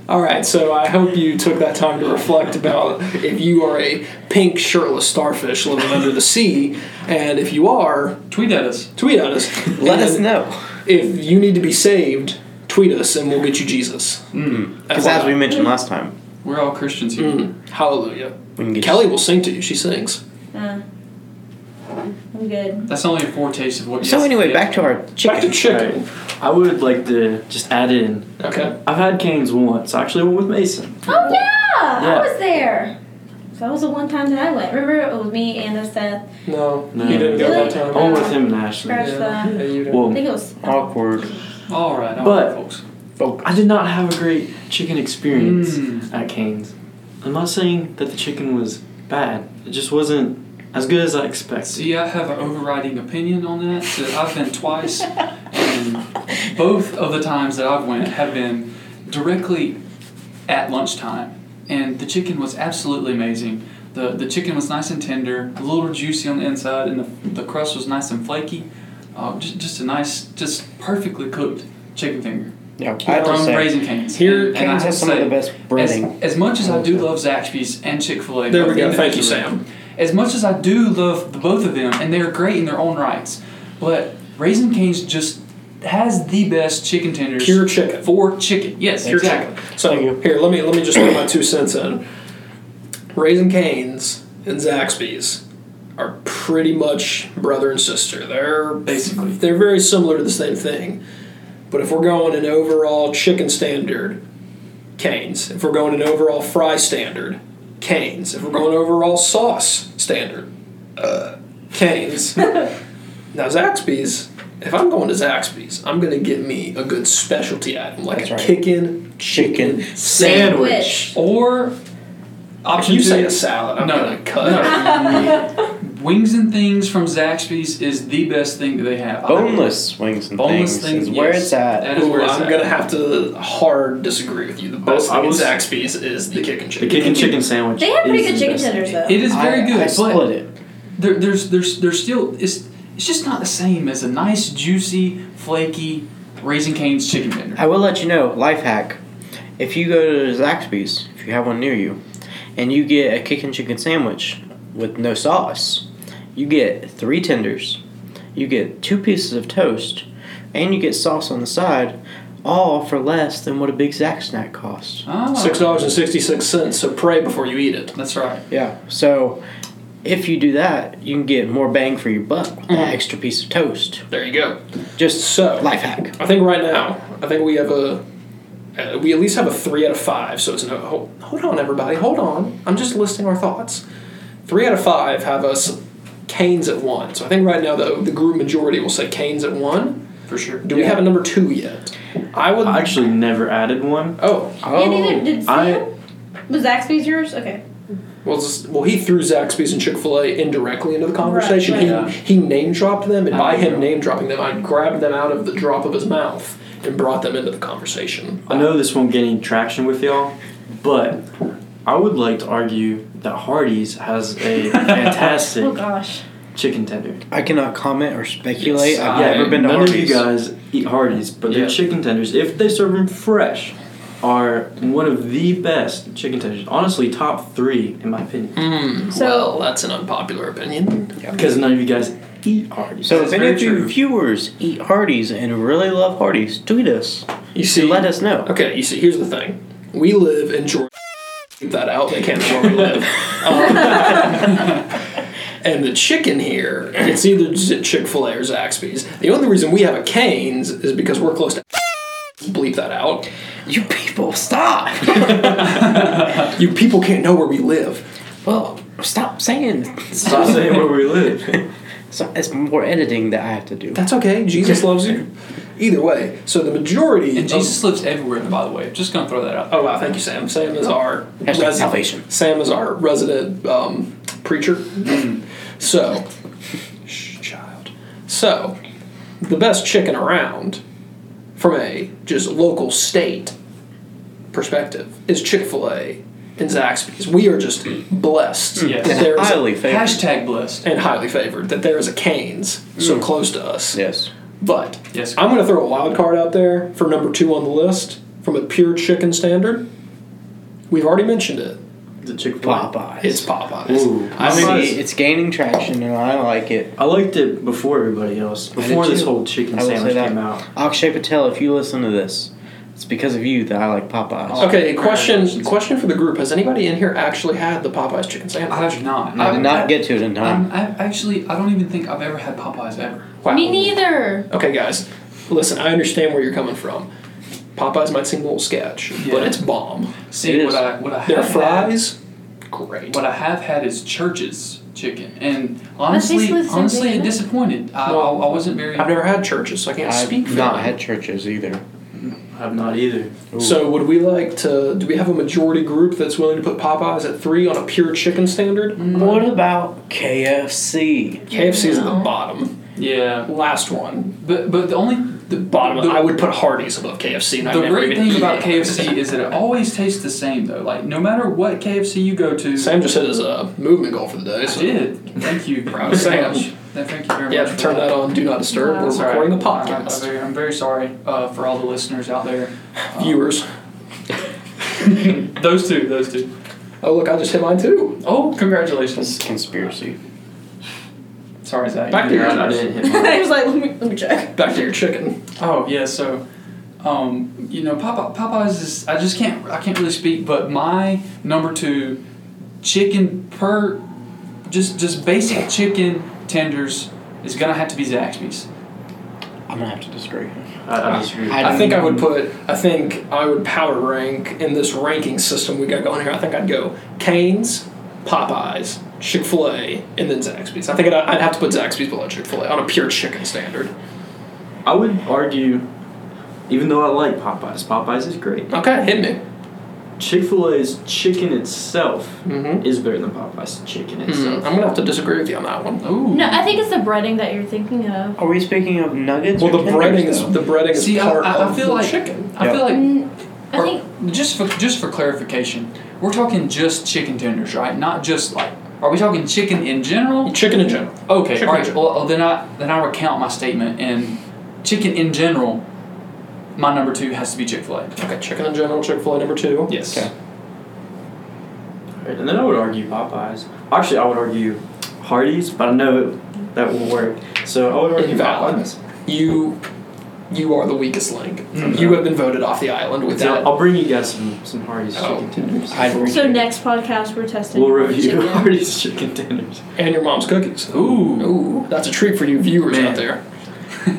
Speaker 2: All right, so I hope you took that time to reflect about if you are a pink shirtless starfish living under the sea, and if you are,
Speaker 3: Tweet at us.
Speaker 2: tweet at us.
Speaker 4: Let us
Speaker 2: And
Speaker 4: know.
Speaker 2: if you need to be saved. Tweet us, and we'll get you Jesus.
Speaker 3: Hmm.
Speaker 4: Because as we mentioned last time,
Speaker 3: We're all Christians here.
Speaker 2: Mm, hallelujah.
Speaker 4: we can get
Speaker 2: Kelly will sing to you. She sings.
Speaker 5: Uh, I'm good.
Speaker 3: That's only a foretaste of what.
Speaker 4: So anyway, back to our chicken.
Speaker 2: Back to chicken.
Speaker 6: I would like to just add in.
Speaker 2: Okay.
Speaker 6: I've had canes once. I actually went with Mason.
Speaker 5: Oh yeah,
Speaker 6: Yeah.
Speaker 5: I was there. So that was the one time that I went. Remember, it was me, Anna, Seth.
Speaker 2: No,
Speaker 6: No.
Speaker 2: you didn't go that
Speaker 6: I
Speaker 2: time.
Speaker 6: went with him and Ashley.
Speaker 5: Scratch that.
Speaker 2: Yeah, you didn't.
Speaker 5: I
Speaker 6: Well,
Speaker 5: think it was.
Speaker 4: Awkward.
Speaker 3: All right, all
Speaker 6: But-
Speaker 3: right, folks.
Speaker 6: I did not have a great chicken experience
Speaker 3: Mm.
Speaker 6: at Cane's. I'm not saying that the chicken was bad. It just wasn't as good as I expected.
Speaker 3: See, I have an overriding opinion on that. So I've been twice, and both of the times that I've went have been directly at lunchtime, and the chicken was absolutely amazing. the The chicken was nice and tender, a little juicy on the inside, and the, the crust was nice and flaky. Uh, just, just a nice, just perfectly cooked chicken finger
Speaker 4: Yeah, I have to
Speaker 3: from
Speaker 4: say,
Speaker 3: Raisin Cane's.
Speaker 4: Here,
Speaker 3: And- and I
Speaker 4: Cane's
Speaker 3: have
Speaker 4: has
Speaker 3: to
Speaker 4: some of
Speaker 3: say,
Speaker 4: the best breading.
Speaker 3: As, as much as I do love Zaxby's and Chick Fil A,
Speaker 2: There we go. Thank you, Sam.
Speaker 3: as much as I do love the both of them, and they're great in their own rights, but Raisin Cane's just has the best chicken tenders
Speaker 2: Pure chicken.
Speaker 3: for chicken. Yes,
Speaker 2: Pure
Speaker 3: exactly.
Speaker 2: chicken. So here, let me let me just put my two cents in. Raisin Canes and Zaxby's are pretty much brother and sister. They're
Speaker 3: Basically.
Speaker 2: they're very similar to the same thing. But if we're going an overall chicken standard, Canes. If we're going an overall fry standard, Canes. If we're going overall sauce standard, uh, Canes. now Zaxby's. If I'm going to Zaxby's, I'm gonna get me a good specialty item like
Speaker 4: That's
Speaker 2: a
Speaker 4: right.
Speaker 2: kickin'
Speaker 4: Chicken
Speaker 2: sandwich.
Speaker 5: Sandwich.
Speaker 3: Or Option
Speaker 2: you
Speaker 3: two.
Speaker 2: say a salad, I'm
Speaker 3: no,
Speaker 2: gonna cut.
Speaker 3: no. Wings and things from Zaxby's is the best thing that they have. I-
Speaker 4: Boneless wings and
Speaker 3: Boneless
Speaker 4: things
Speaker 3: things,
Speaker 4: is where
Speaker 3: yes.
Speaker 4: it's at.
Speaker 3: That is
Speaker 2: Ooh,
Speaker 3: where it's
Speaker 2: I'm
Speaker 3: at.
Speaker 2: gonna have to hard disagree with you. The best
Speaker 6: I
Speaker 2: thing
Speaker 6: was-
Speaker 2: at Zaxby's is the kick and
Speaker 6: The
Speaker 2: chicken.
Speaker 6: chicken chicken sandwich.
Speaker 5: <laughs> They have pretty
Speaker 6: is
Speaker 5: good
Speaker 6: the
Speaker 5: chicken
Speaker 6: best.
Speaker 5: tenders though.
Speaker 3: It is very
Speaker 4: I-
Speaker 3: good,
Speaker 4: I
Speaker 3: but
Speaker 4: split it.
Speaker 3: there, there's there's there's still it's it's just not the same as a nice juicy flaky Raising Cane's chicken tender.
Speaker 4: I will let you know, life hack. If you go to Zaxby's, if you have one near you, and you get a kickin' chicken sandwich with no sauce, you get three tenders, you get two pieces of toast, and you get sauce on the side, all for less than what a big Zax snack costs.
Speaker 3: Oh,
Speaker 2: Six dollars and sixty six cents. So pray before you eat it.
Speaker 3: That's right.
Speaker 4: Yeah, so if you do that, you can get more bang for your buck with
Speaker 6: Mm-hmm.
Speaker 4: that extra piece of toast.
Speaker 2: There you go.
Speaker 4: Just
Speaker 2: So-
Speaker 4: life hack.
Speaker 2: I think right now, I think we have a, uh, we at least have a three out of five. So it's no. Hold, hold on, everybody. Hold on. I'm just listing our thoughts. Three out of five have us Canes at one. So I think right now the the group majority will say Canes at one.
Speaker 3: For sure.
Speaker 2: Do we have a number two yet? I would.
Speaker 6: I actually never added one.
Speaker 2: oh,
Speaker 5: yeah, neither did Sam.
Speaker 6: I-
Speaker 5: was Zaxby's yours? Okay.
Speaker 2: Well, s- well, he threw Zaxby's and Chick Fil A indirectly into the conversation.
Speaker 5: right.
Speaker 2: he
Speaker 3: Yeah.
Speaker 2: he name dropped them, and
Speaker 3: I
Speaker 2: by him
Speaker 3: know.
Speaker 2: name dropping them, I grabbed them out of the drop of his mouth and brought them into the conversation.
Speaker 6: I know this won't get any traction with y'all, but I would like to argue that Hardee's has a fantastic
Speaker 5: Oh gosh.
Speaker 6: chicken tender.
Speaker 4: I cannot comment or speculate.
Speaker 2: Yes,
Speaker 4: I've
Speaker 2: I-
Speaker 4: never been to
Speaker 6: none
Speaker 4: Hardee's.
Speaker 6: of you guys eat Hardee's, but
Speaker 2: Yeah.
Speaker 6: their chicken tenders, if they serve them fresh, are one of the best chicken tenders. Honestly, top three in my opinion.
Speaker 5: So-
Speaker 2: Hmm, well, that's an unpopular opinion.
Speaker 6: Because none of you guys eat Hardee's.
Speaker 4: So
Speaker 3: That
Speaker 4: if
Speaker 3: is
Speaker 4: any
Speaker 3: very
Speaker 4: of you
Speaker 3: true.
Speaker 4: viewers eat Hardee's and really love Hardee's, tweet us.
Speaker 2: You see,
Speaker 4: Let us know.
Speaker 2: Okay, you see, here's the thing: we live in Georgia. Keep that out. They can't know where we live. Um, and the chicken here, it's either Chick Fil A or Zaxby's. The only reason we have a Canes is because we're close to. Bleep that out.
Speaker 4: You people, stop!
Speaker 2: You people can't know where we live.
Speaker 4: well, stop saying. <laughs>
Speaker 6: Stop saying where we live.
Speaker 4: So it's more editing that I have to do.
Speaker 2: That's okay. Jesus loves you. Either way, so the majority.
Speaker 3: And
Speaker 2: of-
Speaker 3: Jesus lives everywhere, by the way. Just gonna throw that out.
Speaker 2: oh wow! Thank you, Sam. Sam is our
Speaker 4: Oh. Hashtag
Speaker 2: resi-
Speaker 4: salvation.
Speaker 2: Sam is our resident um, preacher. so, shh, child. So, the best chicken around, from a just local state perspective, is Chick Fil A and Zaxby's. We are just blessed.
Speaker 3: Yes.
Speaker 2: that there is a-
Speaker 4: Highly favored.
Speaker 3: Hashtag blessed.
Speaker 2: and highly favored that there is a Canes so
Speaker 4: Mm.
Speaker 2: close to us.
Speaker 4: yes.
Speaker 2: But
Speaker 3: Yes.
Speaker 2: I'm going to throw a wild card out there for number two on the list from a pure chicken standard. We've already mentioned it.
Speaker 6: The Chick Fil A.
Speaker 4: Popeyes.
Speaker 2: It's Popeyes.
Speaker 6: Ooh.
Speaker 2: I
Speaker 4: I mean,
Speaker 2: mean,
Speaker 6: Popeyes.
Speaker 4: it's gaining traction and I like it.
Speaker 6: I liked it before everybody else. Before
Speaker 4: did
Speaker 6: this
Speaker 4: too.
Speaker 6: whole chicken
Speaker 4: I will say
Speaker 6: sandwich
Speaker 4: that.
Speaker 6: came out.
Speaker 4: Akshay Patel, if you listen to this, it's because of you that I like Popeyes.
Speaker 2: okay. Question question for the group: Has anybody in here actually had the Popeyes chicken sandwich?
Speaker 3: I have not.
Speaker 4: I did not get to it in time.
Speaker 2: Um,
Speaker 3: I'm, Um, I actually, I don't even think I've ever had Popeyes ever.
Speaker 2: Wow.
Speaker 5: Me <laughs> neither.
Speaker 2: Okay, guys, listen. I understand where you're coming from. Popeyes might seem a little sketch, but
Speaker 3: Yeah.
Speaker 2: it's bomb.
Speaker 3: See
Speaker 4: It
Speaker 3: what
Speaker 4: is.
Speaker 3: I what I
Speaker 2: Their
Speaker 3: have
Speaker 2: fries, great.
Speaker 3: Had, what I have had is Church's chicken, and
Speaker 5: basically
Speaker 3: honestly,
Speaker 5: the same
Speaker 3: honestly,
Speaker 5: thing, isn't it?
Speaker 3: disappointed. I,
Speaker 2: Well,
Speaker 3: I, I wasn't very.
Speaker 2: I've never had churches, so I can't speak
Speaker 4: I've
Speaker 2: for
Speaker 4: not
Speaker 2: them.
Speaker 4: had churches either.
Speaker 6: I've not either.
Speaker 2: So would we like to? Do we have a majority group that's willing to put Popeyes at three on a pure chicken standard?
Speaker 3: Mm.
Speaker 4: What about KFC?
Speaker 2: KFC is at the
Speaker 5: No.
Speaker 2: bottom,
Speaker 3: yeah,
Speaker 2: last one,
Speaker 3: but but the only the
Speaker 2: bottom.
Speaker 3: The,
Speaker 2: I would put Hardee's above KFC. And I've
Speaker 3: the
Speaker 2: never
Speaker 3: great
Speaker 2: even
Speaker 3: thing
Speaker 2: eaten
Speaker 3: about
Speaker 2: it. <laughs>
Speaker 3: KFC is that it always tastes the same though. Like no matter what KFC you go to,
Speaker 2: Sam just hit his uh, movement goal for the day.
Speaker 3: I
Speaker 2: So
Speaker 3: did. Thank you,
Speaker 2: Proud of
Speaker 3: very
Speaker 2: <laughs> Sam.
Speaker 3: much. Th- Thank you very
Speaker 2: yeah,
Speaker 3: much. for
Speaker 2: turn that on. Do not disturb.
Speaker 5: Wow.
Speaker 2: We're
Speaker 3: Sorry.
Speaker 2: recording the
Speaker 3: I- I- I'm
Speaker 2: podcast.
Speaker 3: very, I'm very sorry uh, for all the listeners out there.
Speaker 2: <laughs> Viewers.
Speaker 3: Those two, those two.
Speaker 2: Oh look, I just hit mine too.
Speaker 3: Oh, congratulations.
Speaker 4: This is conspiracy.
Speaker 3: Sorry, Zach.
Speaker 2: Back to
Speaker 3: you
Speaker 2: your
Speaker 3: did
Speaker 6: I
Speaker 3: not-
Speaker 6: didn't hit mine.
Speaker 5: I was like, let me, let me check.
Speaker 2: Back to your chicken.
Speaker 3: Oh yeah, so um, you know, Popeye, Popeyes is I just can't I can't really speak, but my number two chicken per just just basic chicken tenders is gonna have to be Zaxby's.
Speaker 4: I'm gonna have to disagree.
Speaker 6: I, I disagree.
Speaker 4: I-
Speaker 2: I think I would put. I think I would power rank in this ranking system we got going here. I think I'd go Canes, Popeyes, Chick Fil A, and then Zaxby's. I think I'd, I'd have to put Zaxby's below Chick Fil A on a pure chicken standard.
Speaker 6: I would argue, even though I like Popeyes, Popeyes is great.
Speaker 2: Okay, hit me.
Speaker 6: Chick Fil A's chicken itself
Speaker 2: Mhm.
Speaker 6: is better than Popeye's chicken
Speaker 2: Mm,
Speaker 6: itself.
Speaker 2: I'm gonna have to disagree with you on that one.
Speaker 3: Ooh.
Speaker 5: No, I think it's the breading that you're thinking of.
Speaker 4: Are we speaking of nuggets?
Speaker 2: Well,
Speaker 4: or
Speaker 2: the
Speaker 4: tenders,
Speaker 2: breading is <laughs>
Speaker 4: though?
Speaker 2: the breading is
Speaker 3: See, I,
Speaker 2: part
Speaker 3: I, I
Speaker 2: of
Speaker 3: feel
Speaker 2: the
Speaker 3: like
Speaker 2: chicken.
Speaker 3: I feel like
Speaker 5: Mm, I
Speaker 3: Or-
Speaker 5: think
Speaker 3: just for just for clarification, we're talking just chicken tenders, right? Not just like are we talking chicken in general?
Speaker 2: Chicken in general.
Speaker 3: Okay,
Speaker 2: Chicken
Speaker 3: all
Speaker 2: in
Speaker 3: right.
Speaker 2: general.
Speaker 3: Well, well, then I then I recount my statement and chicken in general. My number two has to be Chick Fil A.
Speaker 2: Okay, chicken in general. Chick Fil A number two.
Speaker 3: Yes.
Speaker 4: Okay.
Speaker 6: Right, And then I would argue Popeye's. Actually, I would argue Hardee's, but I know that will work. So I would argue
Speaker 2: Invalid.
Speaker 6: Popeye's.
Speaker 2: You, you are the weakest link. You have been voted off the island with
Speaker 6: So
Speaker 2: that.
Speaker 6: I'll bring you guys some, some Hardee's
Speaker 2: Oh.
Speaker 6: chicken tenders.
Speaker 4: I agree.
Speaker 5: so. Next podcast, we're testing.
Speaker 6: We'll review
Speaker 5: chicken.
Speaker 6: <laughs> Hardee's chicken tenders.
Speaker 2: and your mom's cookies.
Speaker 3: Ooh.
Speaker 2: Ooh, that's a treat for you viewers
Speaker 6: Man.
Speaker 2: out there.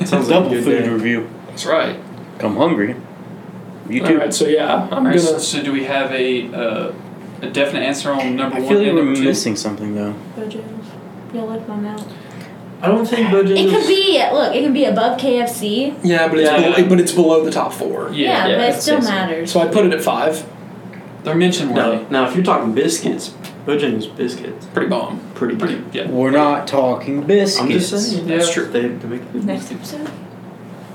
Speaker 6: Sounds like a
Speaker 4: Double
Speaker 6: good
Speaker 4: food
Speaker 6: day.
Speaker 4: review.
Speaker 2: That's right.
Speaker 4: I'm hungry. You
Speaker 2: All
Speaker 4: too.
Speaker 2: right, so yeah, I'm
Speaker 3: All right, so,
Speaker 2: gonna.
Speaker 3: so do we have a uh, a definite answer on number
Speaker 4: I
Speaker 3: one
Speaker 4: feel like
Speaker 3: and
Speaker 4: we're
Speaker 3: number two?
Speaker 4: missing something though.
Speaker 5: Bojangles. Y'all left my mouth.
Speaker 6: I don't think Bojangles.
Speaker 5: It could be look. It could be above KFC.
Speaker 2: Yeah, but it's
Speaker 6: Yeah.
Speaker 2: below, but it's below the top four.
Speaker 5: Yeah,
Speaker 3: Yeah.
Speaker 6: yeah,
Speaker 5: but it
Speaker 6: that's-
Speaker 5: still
Speaker 6: that's-
Speaker 5: matters.
Speaker 2: So I put it at five.
Speaker 3: They're mentioned
Speaker 6: No,
Speaker 3: worthy.
Speaker 6: now if you're talking biscuits, Bojangles biscuits,
Speaker 2: Pretty bomb.
Speaker 6: pretty
Speaker 2: Pretty.
Speaker 6: good.
Speaker 2: Yeah.
Speaker 4: We're not talking biscuits.
Speaker 6: I'm just saying.
Speaker 3: Yeah.
Speaker 6: That's true. They, they make good
Speaker 5: Next episode.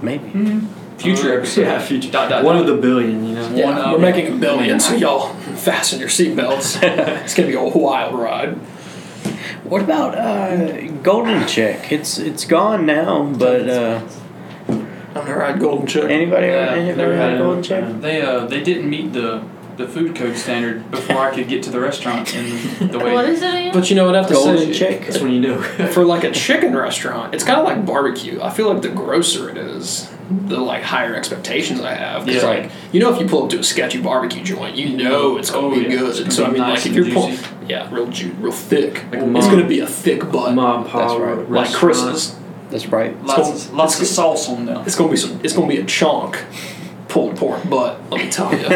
Speaker 4: Maybe.
Speaker 3: Hmm. Future
Speaker 6: Uh,
Speaker 3: episode.
Speaker 6: Yeah, future.
Speaker 3: Dot, dot,
Speaker 6: One
Speaker 3: dot.
Speaker 6: of the billion, you know.
Speaker 3: Yeah. One
Speaker 2: Yeah,
Speaker 3: up.
Speaker 2: we're making a billion, so y'all <laughs> fasten your <laughs> seatbelts. it's gonna be a wild ride.
Speaker 4: What about uh, Golden Check? It's it's gone now, but uh,
Speaker 2: I'm gonna ride Golden Chicken.
Speaker 4: anybody
Speaker 3: Yeah,
Speaker 4: anybody
Speaker 3: never
Speaker 4: had
Speaker 6: had
Speaker 4: Golden
Speaker 6: it.
Speaker 4: Check?
Speaker 3: They uh they didn't meet the the food code standard before I could get to the restaurant and the way.
Speaker 5: What is it again?
Speaker 2: But you know what I have to
Speaker 4: Golden
Speaker 2: say?
Speaker 4: Check.
Speaker 6: That's when you know.
Speaker 2: For like a chicken restaurant, it's kind of like barbecue. I feel like the grosser it is, the like higher expectations I have. 'Cause,
Speaker 3: Yeah.
Speaker 2: like you know, if you pull up to a sketchy barbecue joint, you know it's gonna
Speaker 3: Oh,
Speaker 2: be
Speaker 3: yeah.
Speaker 2: good.
Speaker 3: It's gonna
Speaker 2: so I
Speaker 3: be
Speaker 2: mean,
Speaker 3: nice
Speaker 2: like if
Speaker 3: and
Speaker 2: you're pulling,
Speaker 3: juicy.
Speaker 2: yeah, real ju- real thick.
Speaker 6: Like
Speaker 2: it's
Speaker 6: mom-
Speaker 2: gonna be a thick bun,
Speaker 6: Mom, pop.
Speaker 4: That's right. Like
Speaker 2: like Chris's.
Speaker 4: That's right.
Speaker 3: Lots, of, lots of sauce on them.
Speaker 2: It's gonna be some. It's gonna be a chunk pulled pork butt. Let me tell
Speaker 3: <laughs>
Speaker 2: you.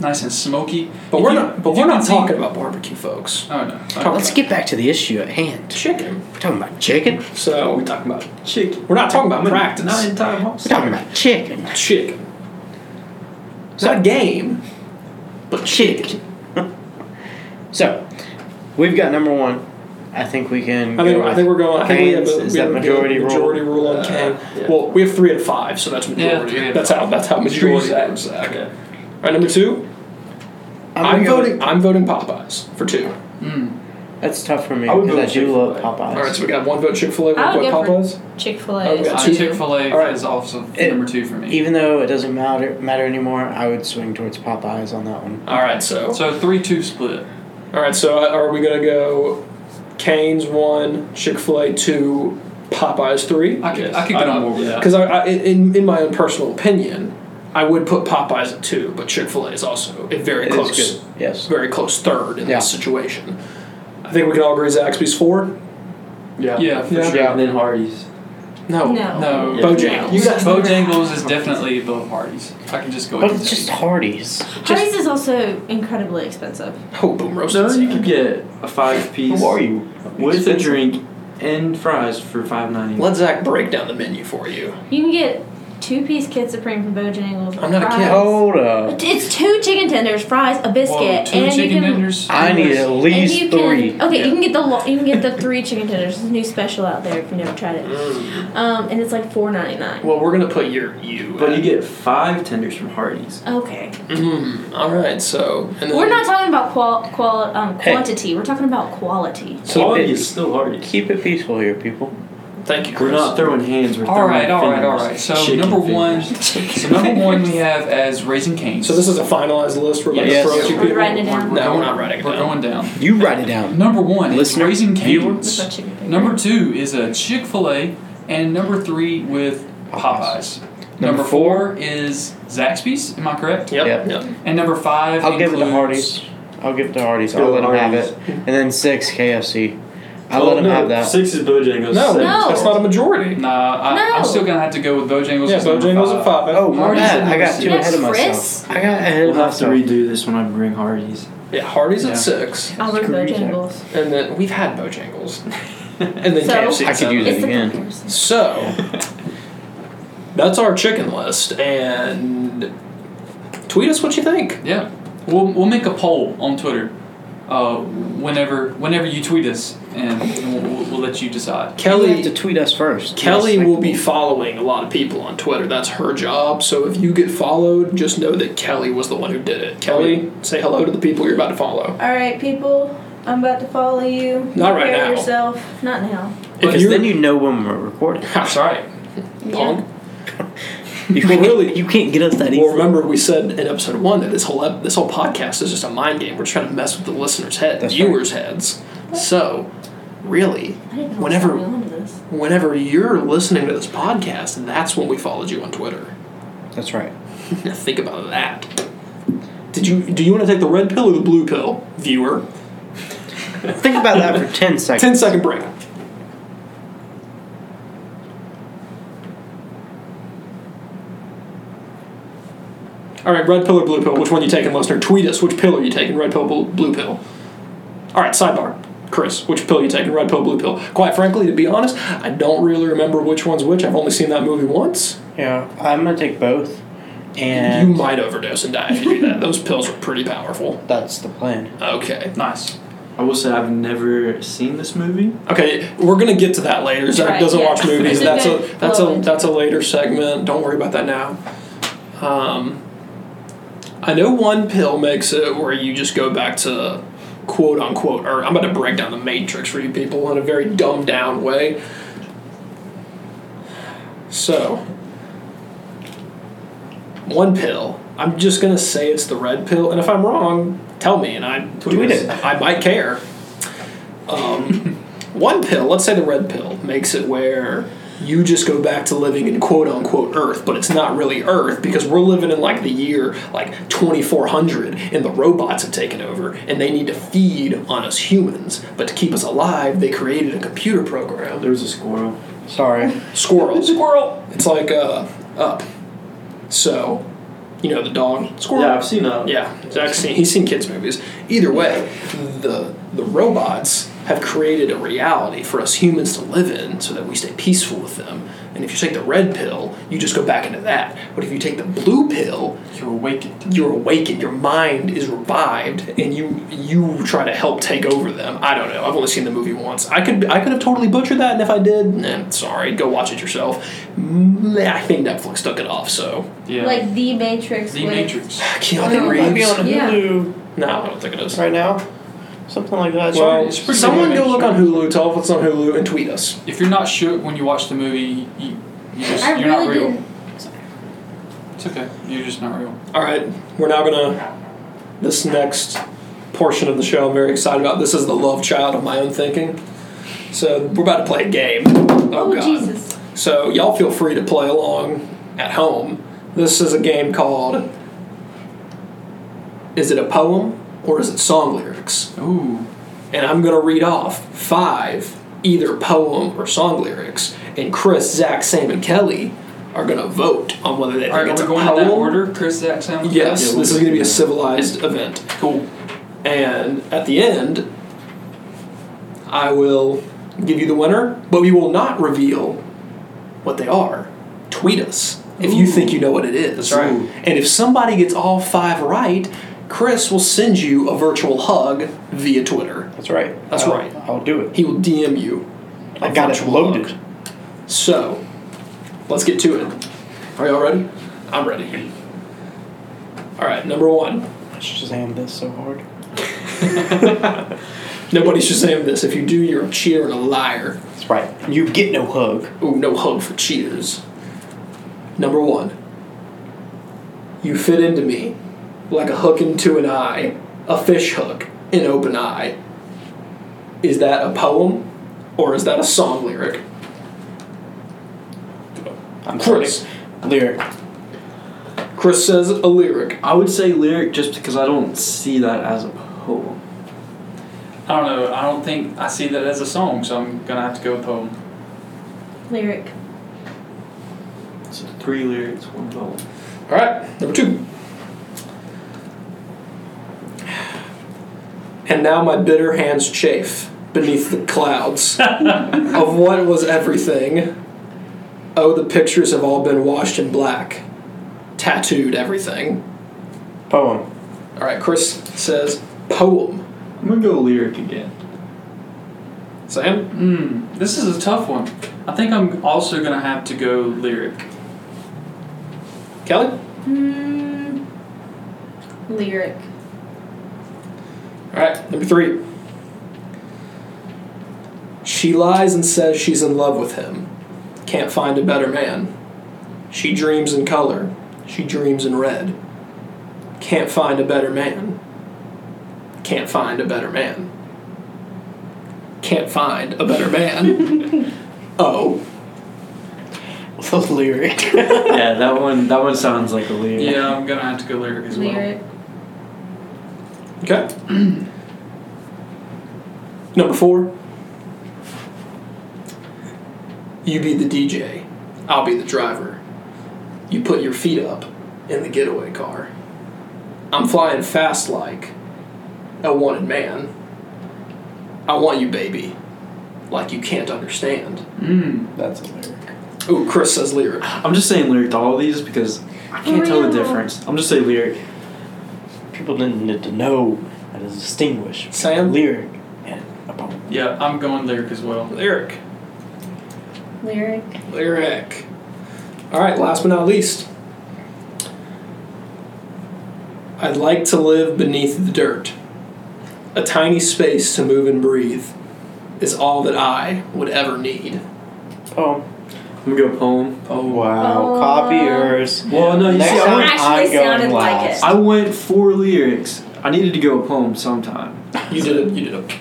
Speaker 3: Nice and smoky.
Speaker 2: But
Speaker 3: If
Speaker 2: we're
Speaker 3: you-
Speaker 2: not. But
Speaker 3: if you
Speaker 2: we're not
Speaker 3: can see-
Speaker 2: talking about barbecue, folks.
Speaker 3: Oh no.
Speaker 2: Talk
Speaker 4: Let's get back to the issue at hand.
Speaker 2: Chicken.
Speaker 4: We're talking about chicken.
Speaker 2: So
Speaker 6: We're
Speaker 2: we're
Speaker 6: talking about chicken.
Speaker 2: not talking about
Speaker 6: Not
Speaker 2: practice.
Speaker 6: in time.
Speaker 4: We're talking about chicken.
Speaker 2: Chicken. It's not game, but chicken.
Speaker 4: Chicken. so, we've got number one. I think we can.
Speaker 2: I
Speaker 4: go
Speaker 2: think, I
Speaker 4: with
Speaker 2: think we're going. I think we have
Speaker 4: Canes.
Speaker 2: a,
Speaker 4: Is
Speaker 2: we have
Speaker 4: that
Speaker 2: a
Speaker 4: majority rule?
Speaker 2: majority rule on
Speaker 6: Uh,
Speaker 2: Kane.
Speaker 6: yeah.
Speaker 2: Well, we have three out of five, so that's majority.
Speaker 3: three out of
Speaker 2: that's how. That's how majority works. Zach.
Speaker 6: Okay.
Speaker 2: All right, number two.
Speaker 4: I'm,
Speaker 2: I'm,
Speaker 4: gonna go with-
Speaker 2: voting. I'm voting Popeyes for two.
Speaker 3: Mm.
Speaker 4: That's tough for me
Speaker 6: I would
Speaker 4: because I
Speaker 6: vote
Speaker 4: do love
Speaker 6: Chick-fil-A.
Speaker 4: Popeyes.
Speaker 2: All right, so we got one vote Chick Fil A,
Speaker 5: I
Speaker 2: one
Speaker 5: would
Speaker 2: vote
Speaker 5: go for-
Speaker 2: Popeyes.
Speaker 5: Chick Fil
Speaker 2: Oh,
Speaker 5: A.
Speaker 2: yeah.
Speaker 3: Uh, Chick Fil A
Speaker 2: All right.
Speaker 3: is also
Speaker 4: It-
Speaker 3: number two for me.
Speaker 4: Even though it doesn't matter matter anymore, I would swing towards Popeyes on that one.
Speaker 2: All right, so
Speaker 3: So three two split.
Speaker 2: all right, so uh, are we gonna go? Canes one, Chick Fil A two, Popeyes three.
Speaker 3: I could
Speaker 6: Yes.
Speaker 3: I could get on board with
Speaker 6: Yeah.
Speaker 3: that.
Speaker 2: Because I, I, in in my own personal opinion, I would put Popeyes at two, but Chick Fil A is also a very
Speaker 4: It is
Speaker 2: close,
Speaker 4: good. Yes.
Speaker 2: very close third in
Speaker 4: Yeah.
Speaker 2: this situation. I think we can all agree Zaxby's four.
Speaker 6: Yeah.
Speaker 3: Yeah, for
Speaker 2: Yeah.
Speaker 3: sure.
Speaker 4: Yeah.
Speaker 6: And then Hardee's.
Speaker 2: No,
Speaker 5: No.
Speaker 3: No.
Speaker 6: Yeah.
Speaker 2: Bojangles.
Speaker 5: You guys-
Speaker 3: Bojangles is definitely above Hardee's. I can just go.
Speaker 4: But
Speaker 3: with
Speaker 4: it's
Speaker 3: that.
Speaker 4: just Hardee's.
Speaker 5: Hardee's is also incredibly expensive.
Speaker 2: Oh, boom roasted.
Speaker 6: So you
Speaker 2: Zax.
Speaker 6: could get a five piece
Speaker 4: you?
Speaker 6: with a drink and fries for five ninety.
Speaker 2: Let Zach break down the menu for you.
Speaker 5: You can get two piece Kid Supreme from Bojangles.
Speaker 2: I'm not a
Speaker 5: fries.
Speaker 2: kid.
Speaker 4: Hold up.
Speaker 5: It's two chicken tenders, fries, a biscuit,
Speaker 3: Whoa, two
Speaker 5: and
Speaker 3: chicken
Speaker 5: you can.
Speaker 3: tenders.
Speaker 4: I need at
Speaker 5: and you
Speaker 4: least
Speaker 5: can-
Speaker 4: three.
Speaker 5: Okay,
Speaker 2: Yeah.
Speaker 5: you can get the lo- you can get the three chicken tenders. It's a new special out there if you never tried it. Um, and it's like four ninety nine.
Speaker 2: Well, we're gonna put your you.
Speaker 6: But you
Speaker 2: at-
Speaker 6: get five tenders from Hardee's.
Speaker 5: Okay,
Speaker 2: Mm, all right, so and then,
Speaker 5: we're not talking about qual, qual um,
Speaker 4: Hey.
Speaker 5: quantity. We're talking about quality.
Speaker 4: So
Speaker 6: Quality
Speaker 4: it-
Speaker 6: is still Hardee's.
Speaker 4: Keep it peaceful here, people.
Speaker 2: Thank you.
Speaker 6: We're
Speaker 2: Chris.
Speaker 6: not throwing hands. We're
Speaker 3: All
Speaker 6: throwing
Speaker 3: right, all right,
Speaker 6: fingers.
Speaker 3: all right. So
Speaker 6: Chicken
Speaker 3: number one,
Speaker 6: fingers.
Speaker 3: so number one we have as Raising Cane's.
Speaker 2: So this is a finalized list. We're gonna
Speaker 4: Yes.
Speaker 2: throw
Speaker 4: Yes.
Speaker 2: at you
Speaker 5: We're
Speaker 2: people.
Speaker 5: writing it down.
Speaker 2: No, we're not writing it
Speaker 3: We're
Speaker 2: down.
Speaker 3: going down.
Speaker 4: You write it down.
Speaker 3: Number one is
Speaker 4: Listener,
Speaker 3: Raising
Speaker 4: viewer.
Speaker 5: It's
Speaker 3: Cane's.
Speaker 5: about chicken tenders.
Speaker 3: Number two is a Chick Fil A, and number three with Popeyes.
Speaker 4: Number
Speaker 3: Number four is Zaxby's. Am I correct?
Speaker 2: Yep.
Speaker 4: Yep.
Speaker 2: yep.
Speaker 3: And number five.
Speaker 4: I'll give it to
Speaker 3: includes-
Speaker 4: Hardee's. I'll give it to Hardee's.
Speaker 6: Go
Speaker 4: I'll let them have
Speaker 6: Hardee's.
Speaker 4: it. And then six KFC. I
Speaker 6: Oh,
Speaker 4: let them
Speaker 6: no,
Speaker 4: have that.
Speaker 6: Six is Bojangles.
Speaker 2: No,
Speaker 6: seven
Speaker 5: No.
Speaker 2: that's not a majority.
Speaker 3: Nah, I,
Speaker 5: No.
Speaker 3: I'm still gonna have to go with Bojangles.
Speaker 2: Yeah,
Speaker 3: as number
Speaker 2: Bojangles at five.
Speaker 4: Oh my
Speaker 3: Hardee's
Speaker 4: bad!
Speaker 3: and
Speaker 4: I got
Speaker 3: Hardee's.
Speaker 4: too ahead of
Speaker 5: Yes,
Speaker 4: myself. I got ahead
Speaker 6: We'll
Speaker 4: of
Speaker 6: have to
Speaker 4: myself.
Speaker 6: redo this when I bring Hardee's.
Speaker 2: Yeah, Hardee's
Speaker 3: Yeah.
Speaker 2: at six,
Speaker 5: I'll go to
Speaker 4: Screw you,
Speaker 5: Bojangles.
Speaker 2: and then we've had
Speaker 4: <laughs>
Speaker 2: Bojangles, and then
Speaker 5: So-
Speaker 2: KFC.
Speaker 4: I could use
Speaker 5: It's
Speaker 4: it
Speaker 5: the
Speaker 4: again.
Speaker 5: comparison.
Speaker 2: So that's our chicken list, and Tweet us what you think.
Speaker 3: Yeah, we'll, we'll make a poll on Twitter. Uh, whenever whenever you tweet us, and, and we'll, we'll, we'll let you decide.
Speaker 4: Kelly you
Speaker 2: Kelly
Speaker 4: have to tweet us first.
Speaker 2: Kelly
Speaker 4: Yes, like-
Speaker 2: will be following a lot of people on Twitter. That's her job. So if you get followed, just know that Kelly was the one who did it. Kelly, say hello to the people you're about to follow.
Speaker 5: All right, people. I'm about to follow you.
Speaker 2: Not right
Speaker 5: Prepare
Speaker 2: now.
Speaker 5: yourself. Not now.
Speaker 2: If
Speaker 4: Because
Speaker 2: you're, <laughs>
Speaker 4: then you know when we're recording.
Speaker 2: that's right. Punk.
Speaker 4: You
Speaker 2: Well,
Speaker 4: can't,
Speaker 2: really-
Speaker 4: you can't get us that easy.
Speaker 2: Well, remember we said in episode one that this whole ep- this whole podcast is just a mind game. We're trying to mess with the listeners' heads,
Speaker 4: That's
Speaker 2: viewers' heads. So, really,
Speaker 5: I didn't know
Speaker 2: Whenever-
Speaker 5: what's going on with this.
Speaker 2: whenever you're listening to this podcast, that's when we followed you on Twitter. <laughs>
Speaker 4: That's right.
Speaker 2: Now Think about that. Did you do you want to take the red pill or the blue pill, viewer?
Speaker 4: Think about that for 10 seconds.
Speaker 2: 10 second break. All right, red pill or blue pill? Which one you taking, listener? Tweet us. Which pill are you taking? Red pill, bl- blue pill. All right, sidebar. Chris, which pill you taking? Red pill, blue pill? Quite frankly, to be honest, I don't really remember which one's which. I've only seen that movie once.
Speaker 4: Yeah, I'm going to take both.
Speaker 2: you
Speaker 4: And
Speaker 2: might overdose and die if you do that. Those <laughs> pills are pretty powerful.
Speaker 4: that's the plan.
Speaker 2: Okay.
Speaker 3: Nice.
Speaker 6: I will say I've never seen this movie.
Speaker 2: Okay, we're gonna get to that later. Zach
Speaker 5: Right,
Speaker 2: doesn't
Speaker 5: yeah.
Speaker 2: watch movies.
Speaker 5: <laughs> It's
Speaker 2: That's a
Speaker 5: okay.
Speaker 2: that's
Speaker 5: Well,
Speaker 2: a that's a later segment. Don't worry about that now. Um, I know one pill makes it where you just go back to quote unquote, or I'm gonna break down the matrix for you people in a very dumbed down way. So, one pill. I'm just gonna say it's the red pill, and if I'm wrong, tell me, and I
Speaker 4: Tweet it.
Speaker 2: I might care. Um, one pill, let's say the red pill, makes it where you just go back to living in quote unquote Earth, but it's not really Earth because we're living in like the year like 2400 and the robots have taken over and they need to feed on us humans. But to keep us alive, they created a computer program.
Speaker 6: There was a squirrel.
Speaker 4: Sorry.
Speaker 2: Squirrel. squirrel. It's like uh, up. So, you know the dog. Squirrel.
Speaker 6: Yeah, I've seen that.
Speaker 2: Yeah, Zach's seen he's seen kids movies. Either way, the the robots have created a reality for us humans to live in, so that we stay peaceful with them. And if you take the red pill, you just go back into that. But if you take the blue pill,
Speaker 3: You're awakened.
Speaker 2: you're awakened, your mind is revived, and you you try to help take over them. I don't know. I've only seen the movie once. I could I could have totally butchered that, and if I did, eh, sorry, go watch it yourself. Mm, I think Netflix took it off, so <sighs>
Speaker 3: Yeah.
Speaker 5: Like the Matrix.
Speaker 3: the
Speaker 5: with-
Speaker 3: Matrix.
Speaker 2: Keanu
Speaker 4: Might be
Speaker 2: Reeves.
Speaker 4: on
Speaker 5: Yeah.
Speaker 4: Hulu
Speaker 2: No, I don't think it is.
Speaker 4: right now. Something like that.
Speaker 2: Well,
Speaker 3: it's pretty
Speaker 2: someone
Speaker 3: good
Speaker 2: go
Speaker 3: image.
Speaker 2: look on Hulu. Tell us what's on Hulu and tweet us.
Speaker 3: If you're not shook when you watch the movie, you, you just,
Speaker 5: I really
Speaker 3: you're not real.
Speaker 5: didn't.
Speaker 3: It's okay. You're just not real.
Speaker 2: All right, we're now gonna this next portion of the show. I'm very excited about. This is the love child of my own thinking. So we're about to play a game. Oh,
Speaker 5: Oh,
Speaker 2: God.
Speaker 5: Jesus.
Speaker 2: So y'all feel free to play along at home. This is a game called Is it a poem or is it song lyrics?
Speaker 3: Ooh.
Speaker 2: and I'm gonna read off five either poem or song lyrics, and Chris, Zach, Sam, and Kelly are gonna vote on whether they think
Speaker 3: All right,
Speaker 2: it's
Speaker 3: are
Speaker 2: a
Speaker 3: we going in
Speaker 2: poem.
Speaker 3: that order? Chris, Zach, Sam?
Speaker 2: Yes,
Speaker 6: Yeah,
Speaker 2: this is gonna be a civilized event,
Speaker 3: Cool.
Speaker 2: and at the end, I will give you the winner, but we will not reveal what they are. Tweet us if you
Speaker 3: Ooh.
Speaker 2: think you know what it is.
Speaker 3: That's right.
Speaker 2: And if somebody gets all five right, Chris will send you a virtual hug via Twitter.
Speaker 4: That's right.
Speaker 2: That's
Speaker 4: I'll-
Speaker 2: right.
Speaker 4: I'll do it.
Speaker 2: He will DM you.
Speaker 4: I got it
Speaker 2: virtual
Speaker 4: loaded.
Speaker 2: hug. So, let's get to it. Are y'all ready? I'm ready. All right, number one.
Speaker 4: I Shazam this so hard.
Speaker 2: Nobody should say this. If you do, you're a cheater and a liar.
Speaker 4: That's right. You get no hug.
Speaker 2: Ooh, no hug for cheaters. Number one. You fit into me like a hook into an eye, a fish hook, an open eye. Is that a poem or is that a song lyric?
Speaker 4: I'm
Speaker 2: Chris.
Speaker 4: sorry. Lyric.
Speaker 2: Chris says a lyric.
Speaker 6: I would say lyric just because I don't see that as a poem.
Speaker 3: I don't know. I don't think I see that as a song, so I'm gonna have to go with poem.
Speaker 5: Lyric.
Speaker 6: So three lyrics, one poem.
Speaker 2: All right, number two. And now my bitter hands chafe beneath the clouds of what was everything. Oh, the pictures have all been washed in black, tattooed everything.
Speaker 4: Poem.
Speaker 2: All right, Chris says poem.
Speaker 6: I'm gonna go lyric again.
Speaker 2: Sam?
Speaker 3: Mm, this is a tough one. I think I'm also gonna have to go lyric.
Speaker 2: Kelly?
Speaker 5: Hmm. Lyric.
Speaker 2: All right, number three. She lies and says she's in love with him. Can't find a better man. She dreams in color. She dreams in red. Can't find a better man. Can't find a better man. Can't find a better man. oh.
Speaker 4: <laughs> The lyric.
Speaker 6: <laughs> yeah, that one. That one sounds like a lyric.
Speaker 3: Yeah, I'm gonna have to go lyric as
Speaker 5: Lyric.
Speaker 2: Okay. <clears throat> Number four. You be the DJ. I'll be the driver. You put your feet up in the getaway car. I'm flying fast like a wanted man. I want you, baby, like you can't understand.
Speaker 3: well. Mm.
Speaker 1: That's a lyric.
Speaker 2: Ooh, Chris says lyric.
Speaker 6: I'm just saying lyric to all of these because I can't tell the
Speaker 5: Real.
Speaker 6: difference. I'm just saying lyric.
Speaker 4: People didn't need to know how to distinguish
Speaker 2: Sam?
Speaker 4: lyric and a poem.
Speaker 3: Yeah, I'm going lyric as well.
Speaker 2: Lyric.
Speaker 5: Lyric.
Speaker 2: Lyric. All right, last but not least. I'd like to live beneath the dirt. A tiny space to move and breathe is all that I would ever need.
Speaker 4: Poem.
Speaker 6: I'm gonna go poem.
Speaker 4: Oh wow.
Speaker 5: Oh.
Speaker 4: Copiers.
Speaker 6: Well, no, you
Speaker 4: Next
Speaker 6: see, I
Speaker 4: time
Speaker 6: went,
Speaker 5: Actually
Speaker 4: I'm going
Speaker 5: sounded like
Speaker 4: last.
Speaker 5: it.
Speaker 6: I went four lyrics. I needed to go a poem sometime.
Speaker 2: You did it. You did it. Okay.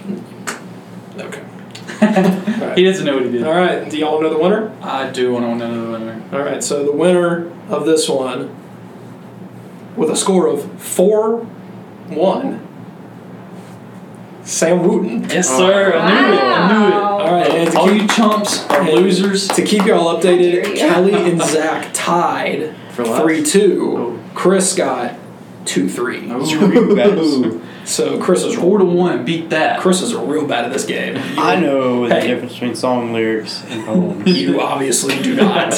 Speaker 3: <laughs> he doesn't know what he did.
Speaker 2: All right. Do y'all know the winner?
Speaker 3: I do want to know the winner.
Speaker 2: All right. So the winner of this one, with a score of four, one. Sam Wooten.
Speaker 3: Yes, sir. I knew it. I knew it.
Speaker 5: Wow.
Speaker 2: All right. And to
Speaker 3: All
Speaker 2: keep-
Speaker 3: you chumps are losers.
Speaker 2: To keep y'all updated,
Speaker 5: How dare you.
Speaker 2: Kelly and Zach tied
Speaker 6: For last?
Speaker 2: three two.
Speaker 6: Oh.
Speaker 2: Chris got two three.
Speaker 4: Oh. Ooh.
Speaker 2: So Chris is
Speaker 3: Four to one. Beat that.
Speaker 2: Chris is real bad at this game.
Speaker 4: I know the
Speaker 2: Hey.
Speaker 4: difference between song lyrics <laughs> and poems.
Speaker 2: You obviously do not.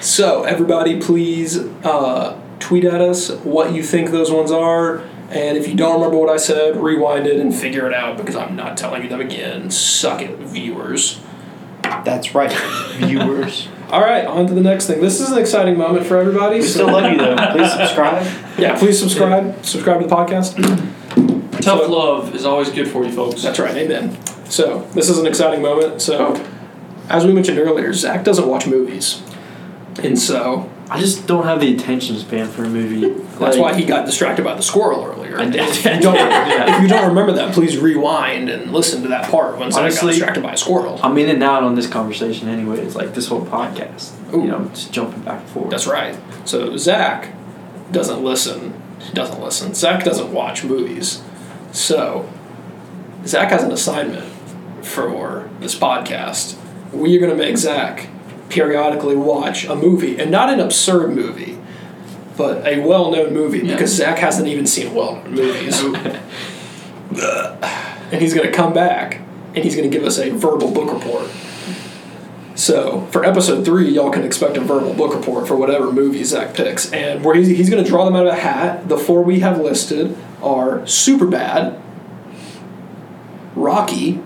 Speaker 2: So everybody, please uh, tweet at us what you think those ones are. And if you don't remember what I said, rewind it and figure it out because I'm not telling you them again. Suck it, viewers.
Speaker 4: That's right, viewers.
Speaker 2: All right, on to the next thing. This is an exciting moment for everybody.
Speaker 4: We
Speaker 2: so-
Speaker 4: still love you <laughs> though. Please subscribe.
Speaker 2: yeah, please subscribe. Subscribe to the podcast.
Speaker 3: Tough
Speaker 2: So-
Speaker 3: love is always good for you, folks.
Speaker 2: That's right, amen. So, this is an exciting moment.
Speaker 6: Oh.
Speaker 2: So, as we mentioned earlier, Zach doesn't watch movies. And so,
Speaker 6: <laughs> I just don't have the attention span for a movie.
Speaker 2: that's
Speaker 6: Like,
Speaker 2: why he got distracted by the squirrel earlier.
Speaker 6: I did- <laughs>
Speaker 2: If you don't- if you don't remember that, please rewind and listen to that part when Zach got
Speaker 6: Honestly-
Speaker 2: distracted by a squirrel.
Speaker 6: I'm in and out on this conversation anyway. It's like this whole podcast.
Speaker 2: Ooh.
Speaker 6: You know, just jumping back and forth.
Speaker 2: That's right. So, Zach doesn't listen. He doesn't listen. Zach doesn't watch movies. So, Zach has an assignment for this podcast. We are going to make Zach periodically watch a movie, and not an absurd movie, but a well known movie, because Zach hasn't even seen well known movies. and he's going to come back and he's going to give us a verbal book report. So, for episode three, y'all can expect a verbal book report for whatever movie Zach picks. And where he's, he's going to draw them out of a hat. The four we have listed are Superbad, Rocky.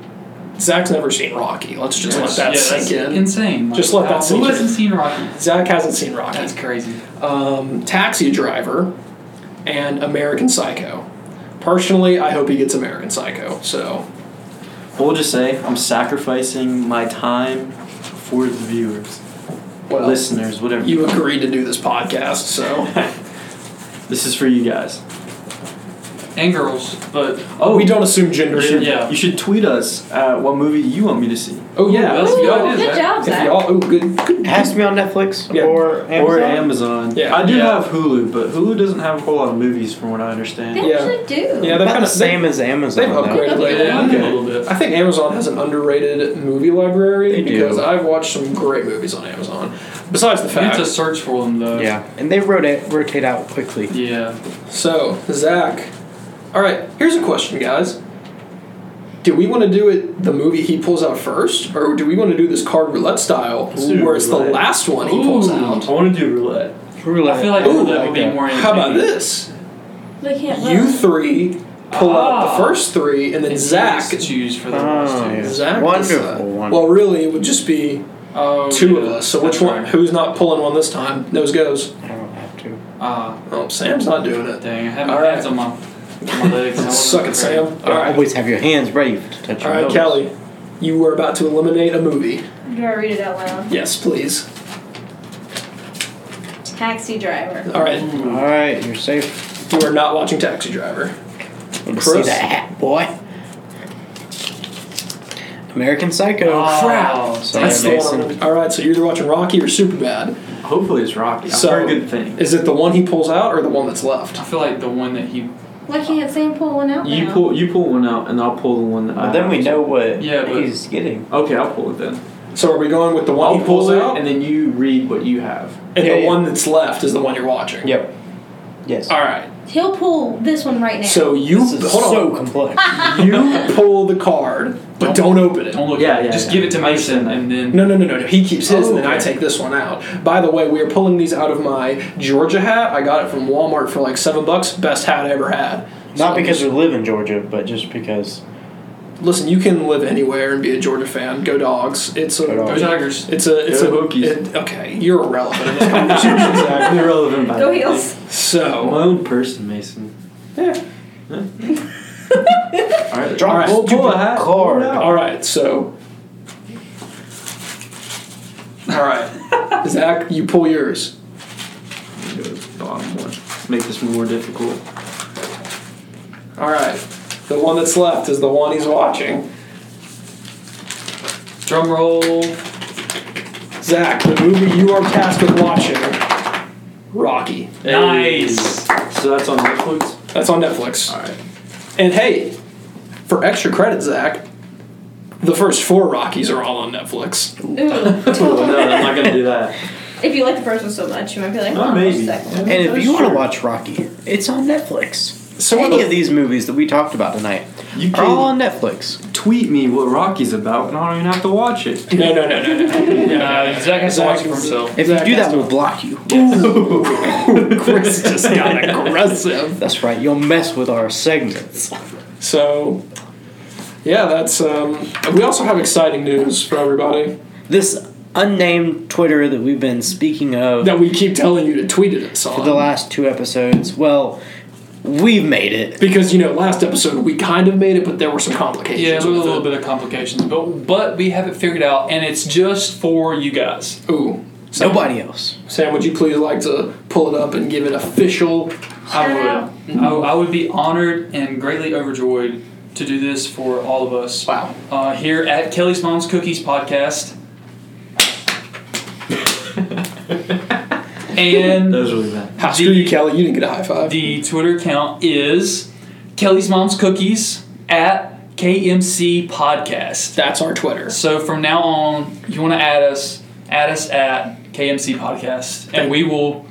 Speaker 2: Zach's never seen Rocky. Let's just let that
Speaker 3: yeah,
Speaker 2: sink
Speaker 3: that's
Speaker 2: in.
Speaker 3: insane. Like,
Speaker 2: Just let that
Speaker 3: how-
Speaker 2: sink
Speaker 3: Who
Speaker 2: in.
Speaker 3: hasn't seen Rocky?
Speaker 2: Zach hasn't seen Rocky.
Speaker 3: That's crazy.
Speaker 2: Um, Taxi Driver and American Psycho. Personally, I hope he gets American Psycho. So
Speaker 6: We'll just say I'm sacrificing my time for the viewers,
Speaker 2: what else?
Speaker 6: listeners, whatever.
Speaker 2: You agreed to do this podcast, so
Speaker 6: this is for you guys.
Speaker 3: And girls, but
Speaker 2: oh, we don't assume gender.
Speaker 6: You should,
Speaker 2: here.
Speaker 3: Yeah.
Speaker 6: you should tweet us uh, what movie you want me to see.
Speaker 2: Oh yeah,
Speaker 3: That's a
Speaker 5: Ooh,
Speaker 3: good idea,
Speaker 5: good
Speaker 3: Zach.
Speaker 5: job,
Speaker 2: If
Speaker 5: Zach.
Speaker 2: y'all, oh good, good.
Speaker 4: It has to be on Netflix
Speaker 2: Yeah.
Speaker 4: or Amazon.
Speaker 6: Or Amazon.
Speaker 2: Yeah.
Speaker 6: I do
Speaker 3: Yeah.
Speaker 6: have Hulu, but Hulu doesn't have a whole lot of movies from what I understand.
Speaker 5: They
Speaker 2: Yeah.
Speaker 5: actually do.
Speaker 2: Yeah, they're
Speaker 4: About
Speaker 2: kind
Speaker 4: the
Speaker 2: of
Speaker 4: same as Amazon.
Speaker 2: they've
Speaker 4: though.
Speaker 2: upgraded
Speaker 3: yeah,
Speaker 2: lately.
Speaker 3: a little bit.
Speaker 2: I think Amazon has an underrated movie library
Speaker 4: They do.
Speaker 2: because I've watched some great movies on Amazon. Besides the
Speaker 3: You have
Speaker 2: fact,
Speaker 3: to search for them though.
Speaker 4: Yeah, and they rotate rotate out quickly.
Speaker 3: Yeah.
Speaker 2: So, Zach. All right, here's a question, guys. Do we want to do it the movie he pulls out first, or do we want to do this card roulette style
Speaker 6: Let's do
Speaker 2: where it's the
Speaker 6: roulette.
Speaker 2: last one he pulls
Speaker 3: Ooh.
Speaker 2: out?
Speaker 6: I want to do roulette.
Speaker 4: Roulette.
Speaker 3: I feel like
Speaker 2: Ooh,
Speaker 3: that would be more.
Speaker 2: How about
Speaker 3: entertaining.
Speaker 2: this?
Speaker 5: They can't vote.
Speaker 2: You three pull out
Speaker 3: Ah.
Speaker 2: the first three, and then
Speaker 3: And
Speaker 2: Zach.
Speaker 3: Zach choose for the last
Speaker 4: Oh,
Speaker 3: two.
Speaker 4: yes.
Speaker 2: Zach
Speaker 4: wonderful,
Speaker 2: decide.
Speaker 4: wonderful.
Speaker 2: Well, really, it would just be
Speaker 3: Oh,
Speaker 2: two
Speaker 3: yeah,
Speaker 2: of us. So
Speaker 3: that's
Speaker 2: which one?
Speaker 3: right.
Speaker 2: Who's not pulling one this time? Nose goes.
Speaker 4: I don't have to.
Speaker 3: Ah,
Speaker 2: Oh, Sam's not doing it.
Speaker 3: dang! I have my
Speaker 2: All right.
Speaker 3: hands on my, on
Speaker 2: <laughs>
Speaker 3: my legs. I wasn't
Speaker 2: Suck it,
Speaker 3: prepared.
Speaker 2: Sam. All right,
Speaker 4: Always have your hands ready to touch
Speaker 2: all
Speaker 4: your
Speaker 2: right,
Speaker 4: nose.
Speaker 2: Kelly. You were about to eliminate a movie.
Speaker 5: Do I read it out loud?
Speaker 2: Yes, please.
Speaker 5: Taxi driver.
Speaker 2: All right,
Speaker 4: All right, you're safe.
Speaker 2: you are not watching Taxi Driver.
Speaker 4: Let me see
Speaker 2: Chris.
Speaker 4: that hat, boy. American Psycho.
Speaker 3: Oh,
Speaker 2: crap.
Speaker 4: So
Speaker 2: That's the
Speaker 4: Jason.
Speaker 2: one. All right, so you're either watching Rocky or Superbad.
Speaker 6: Hopefully it's Rocky. I've
Speaker 2: So-
Speaker 6: heard good things.
Speaker 2: Is it the one he pulls out or the one that's left?
Speaker 3: I feel like the one that he.
Speaker 5: Why can't Sam pull one out
Speaker 6: You
Speaker 5: now?
Speaker 6: pull you pull one out, and I'll pull the one that I.
Speaker 4: But then we
Speaker 6: have.
Speaker 4: know what
Speaker 3: Yeah, but-
Speaker 4: he's getting.
Speaker 6: Okay, I'll pull it then.
Speaker 2: So are we going with the one
Speaker 6: I'll
Speaker 2: he pulls
Speaker 6: pull it,
Speaker 2: out,
Speaker 6: and then you read what you have.
Speaker 2: and
Speaker 4: Yeah,
Speaker 2: the
Speaker 4: yeah.
Speaker 2: one that's left is the one you're watching?
Speaker 4: Yep. Yes.
Speaker 2: All right.
Speaker 5: He'll pull this one right now.
Speaker 2: So you
Speaker 4: This is
Speaker 2: hold
Speaker 4: so
Speaker 2: on.
Speaker 4: complex.
Speaker 2: you pull the card, but don't, open it.
Speaker 3: Don't look.
Speaker 6: Yeah,
Speaker 3: at it.
Speaker 6: yeah,
Speaker 3: Just
Speaker 6: yeah.
Speaker 3: give it to
Speaker 6: I understand
Speaker 3: Mason,
Speaker 6: that.
Speaker 3: and then
Speaker 2: No, no, no, no, no. He keeps his, and then I
Speaker 6: Oh,
Speaker 3: Okay.
Speaker 2: take this one out. By the way, we are pulling these out of my Georgia hat. I got it from Walmart for like seven bucks. Best hat I ever had.
Speaker 4: Not
Speaker 2: So-
Speaker 4: because we live in Georgia, but just because.
Speaker 2: Listen, you can live anywhere and be a Georgia fan. Go dogs. It's a
Speaker 4: Go
Speaker 3: go
Speaker 4: Dogs.
Speaker 3: Tigers.
Speaker 2: It's a it's
Speaker 6: Go
Speaker 2: a
Speaker 6: Hokies.
Speaker 2: it- okay, you're irrelevant
Speaker 6: <laughs>
Speaker 2: in this conversation.
Speaker 6: I'm
Speaker 2: Zach.
Speaker 6: irrelevant by
Speaker 5: Go
Speaker 3: <laughs>
Speaker 6: that.
Speaker 5: heels.
Speaker 6: My
Speaker 2: So
Speaker 6: own person, Mason.
Speaker 2: yeah.
Speaker 5: <laughs>
Speaker 6: All right.
Speaker 4: Drop
Speaker 2: All right.
Speaker 4: stupid
Speaker 6: Pull a hat.
Speaker 4: card.
Speaker 6: Pull it out.
Speaker 2: All right. So all
Speaker 6: <laughs>
Speaker 2: right, Zach, you pull yours.
Speaker 6: Go to the Bottom one. Make this more difficult.
Speaker 2: All right. The one that's left is the one he's watching.
Speaker 3: Drum roll.
Speaker 2: Zach, the movie you are tasked with watching, Rocky.
Speaker 3: Nice.
Speaker 6: So that's on Netflix.
Speaker 2: That's on Netflix.
Speaker 6: All
Speaker 5: <laughs>
Speaker 6: right.
Speaker 2: And hey, for extra credit, Zach, the first four Rockies are all on Netflix.
Speaker 5: <laughs>
Speaker 6: Oh,
Speaker 5: Ooh.
Speaker 6: no, I'm not gonna
Speaker 5: <laughs>
Speaker 6: do that.
Speaker 5: if you like the first one so much, you might be like,
Speaker 6: Oh,
Speaker 5: oh,
Speaker 6: maybe.
Speaker 5: second
Speaker 6: Yeah.
Speaker 5: one.
Speaker 4: And if
Speaker 6: That's
Speaker 4: you want to
Speaker 6: true.
Speaker 4: watch Rocky, it's on Netflix.
Speaker 2: So
Speaker 4: Any
Speaker 2: what
Speaker 4: of these movies that we talked about tonight
Speaker 6: You
Speaker 4: are all on
Speaker 6: can
Speaker 4: Netflix.
Speaker 6: tweet me what Rocky's about, and I don't even have to watch <laughs> it.
Speaker 2: the- no, no, no, no, no. <laughs>
Speaker 3: Uh, Zach has to watch it for himself.
Speaker 4: If
Speaker 2: Zach,
Speaker 4: you do
Speaker 2: that's
Speaker 4: that, we'll block you.
Speaker 2: Chris just <laughs> got aggressive.
Speaker 4: That's right. You'll mess with our segments.
Speaker 2: So, yeah, that's. Um, we also have exciting news for everybody
Speaker 4: This unnamed Twitter that we've been speaking of
Speaker 2: that we keep telling you to tweet at us
Speaker 4: for the
Speaker 2: on.
Speaker 4: last two episodes, well, we've made it.
Speaker 2: Because you know, last episode we kind of made it, but there were some complications.
Speaker 3: Yeah, a
Speaker 2: with
Speaker 3: little
Speaker 2: it.
Speaker 3: bit of complications, but but we have it figured out, and it's just for you guys.
Speaker 2: Ooh, Sam,
Speaker 4: Nobody else.
Speaker 2: Sam, would you please like to pull it up and give an official?
Speaker 3: I
Speaker 5: Shout <laughs>
Speaker 3: would, I, I would be honored and greatly overjoyed to do this for all of us
Speaker 2: Wow.
Speaker 3: uh, here at Kelly's Mom's Cookies podcast. and
Speaker 6: That was really bad. <laughs>
Speaker 2: How screw you, Kelly? You didn't get a high five.
Speaker 3: The Twitter account is Kelly's Mom's Cookies at KMC Podcast.
Speaker 2: That's our Twitter.
Speaker 3: So from now on, you want to add us, add us at KMC Podcast, and we will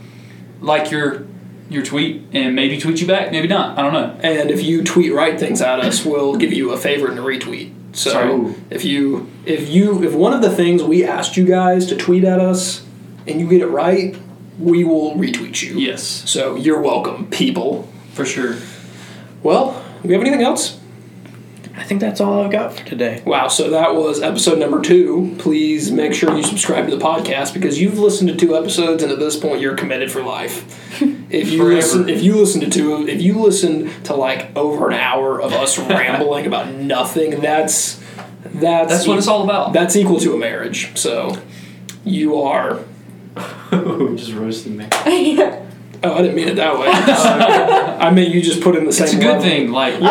Speaker 3: like your your tweet and maybe tweet you back, maybe not. I don't know.
Speaker 2: And if you tweet right things at us, we'll give you a favorite and a retweet. So
Speaker 3: Sorry.
Speaker 2: if you if you if one of the things we asked you guys to tweet at us and you get it right, we will retweet you.
Speaker 3: Yes,
Speaker 2: So you're welcome, people.
Speaker 3: for sure.
Speaker 2: Well, we have anything else?
Speaker 4: I think that's all I've got for today.
Speaker 2: Wow, so that was episode number two. Please make sure you subscribe to the podcast because you've listened to two episodes, and at this point, you're committed for
Speaker 3: <laughs>
Speaker 2: life. If you
Speaker 3: Forever.
Speaker 2: listen, if you listen to two, if you listen to like over an hour of
Speaker 3: <laughs>
Speaker 2: us rambling about nothing, that's that's
Speaker 3: That's what it's all about.
Speaker 2: That's equal to a marriage. So you are.
Speaker 6: just roasted me.
Speaker 2: Oh, I didn't mean it that
Speaker 3: <laughs>
Speaker 2: way. I meant you just put in the same.
Speaker 3: It's a good
Speaker 2: level.
Speaker 3: thing. Like
Speaker 5: Oh,
Speaker 2: Yeah,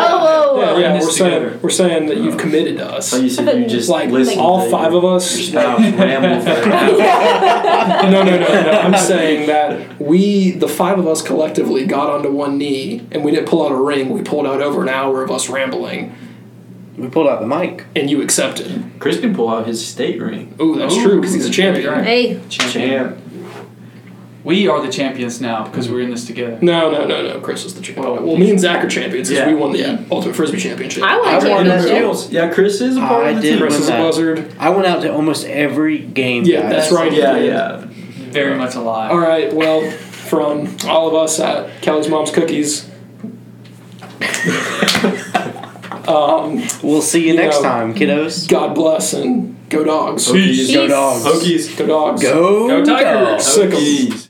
Speaker 5: whoa,
Speaker 2: yeah,
Speaker 3: in
Speaker 2: we're
Speaker 3: this together.
Speaker 2: saying we're saying that you've committed to us.
Speaker 6: Oh. So you said you just
Speaker 2: Like
Speaker 6: listen
Speaker 2: all
Speaker 6: to
Speaker 2: five
Speaker 6: your-
Speaker 2: of us.
Speaker 6: your <laughs> spouse ramble for
Speaker 5: <laughs>
Speaker 6: an hour.
Speaker 2: No, no, no, no. I'm saying that we, the five of us collectively, got onto one knee and we didn't pull out a ring. We pulled out over an hour of us rambling,
Speaker 4: We pulled out the mic.
Speaker 2: and you accepted.
Speaker 6: Chris can pull out his state ring.
Speaker 2: Ooh, that's
Speaker 3: Ooh,
Speaker 2: true because he's a champion.
Speaker 3: you're
Speaker 5: whoa.
Speaker 3: right.
Speaker 5: Hey,
Speaker 3: champion. We are the champions now because we're in this together.
Speaker 2: No, no, no, no. Chris is the champion. Well,
Speaker 3: Well-
Speaker 2: me and Zach are champions because
Speaker 6: Yeah.
Speaker 2: we won the Ultimate Frisbee Championship.
Speaker 5: I want
Speaker 4: I
Speaker 5: to do
Speaker 4: won
Speaker 5: another
Speaker 4: that
Speaker 5: one.
Speaker 4: too.
Speaker 6: Yeah, Chris is a part
Speaker 4: I
Speaker 6: of the
Speaker 4: did
Speaker 6: team.
Speaker 2: Chris is a
Speaker 4: that.
Speaker 2: buzzard.
Speaker 4: I went out to almost every game.
Speaker 2: Yeah,
Speaker 4: guys.
Speaker 2: that's right.
Speaker 6: Yeah, yeah.
Speaker 3: Very much alive.
Speaker 2: All right, well, from all of us at Kelly's Mom's Cookies, Um,
Speaker 4: We'll see you,
Speaker 2: You
Speaker 4: next
Speaker 2: know-
Speaker 4: time, kiddos.
Speaker 2: God bless and go dogs.
Speaker 6: Hokies.
Speaker 2: Go dogs.
Speaker 6: Hokies.
Speaker 2: Go dogs.
Speaker 4: Go,
Speaker 2: Go Tigers.
Speaker 4: dogs.
Speaker 6: Hokies.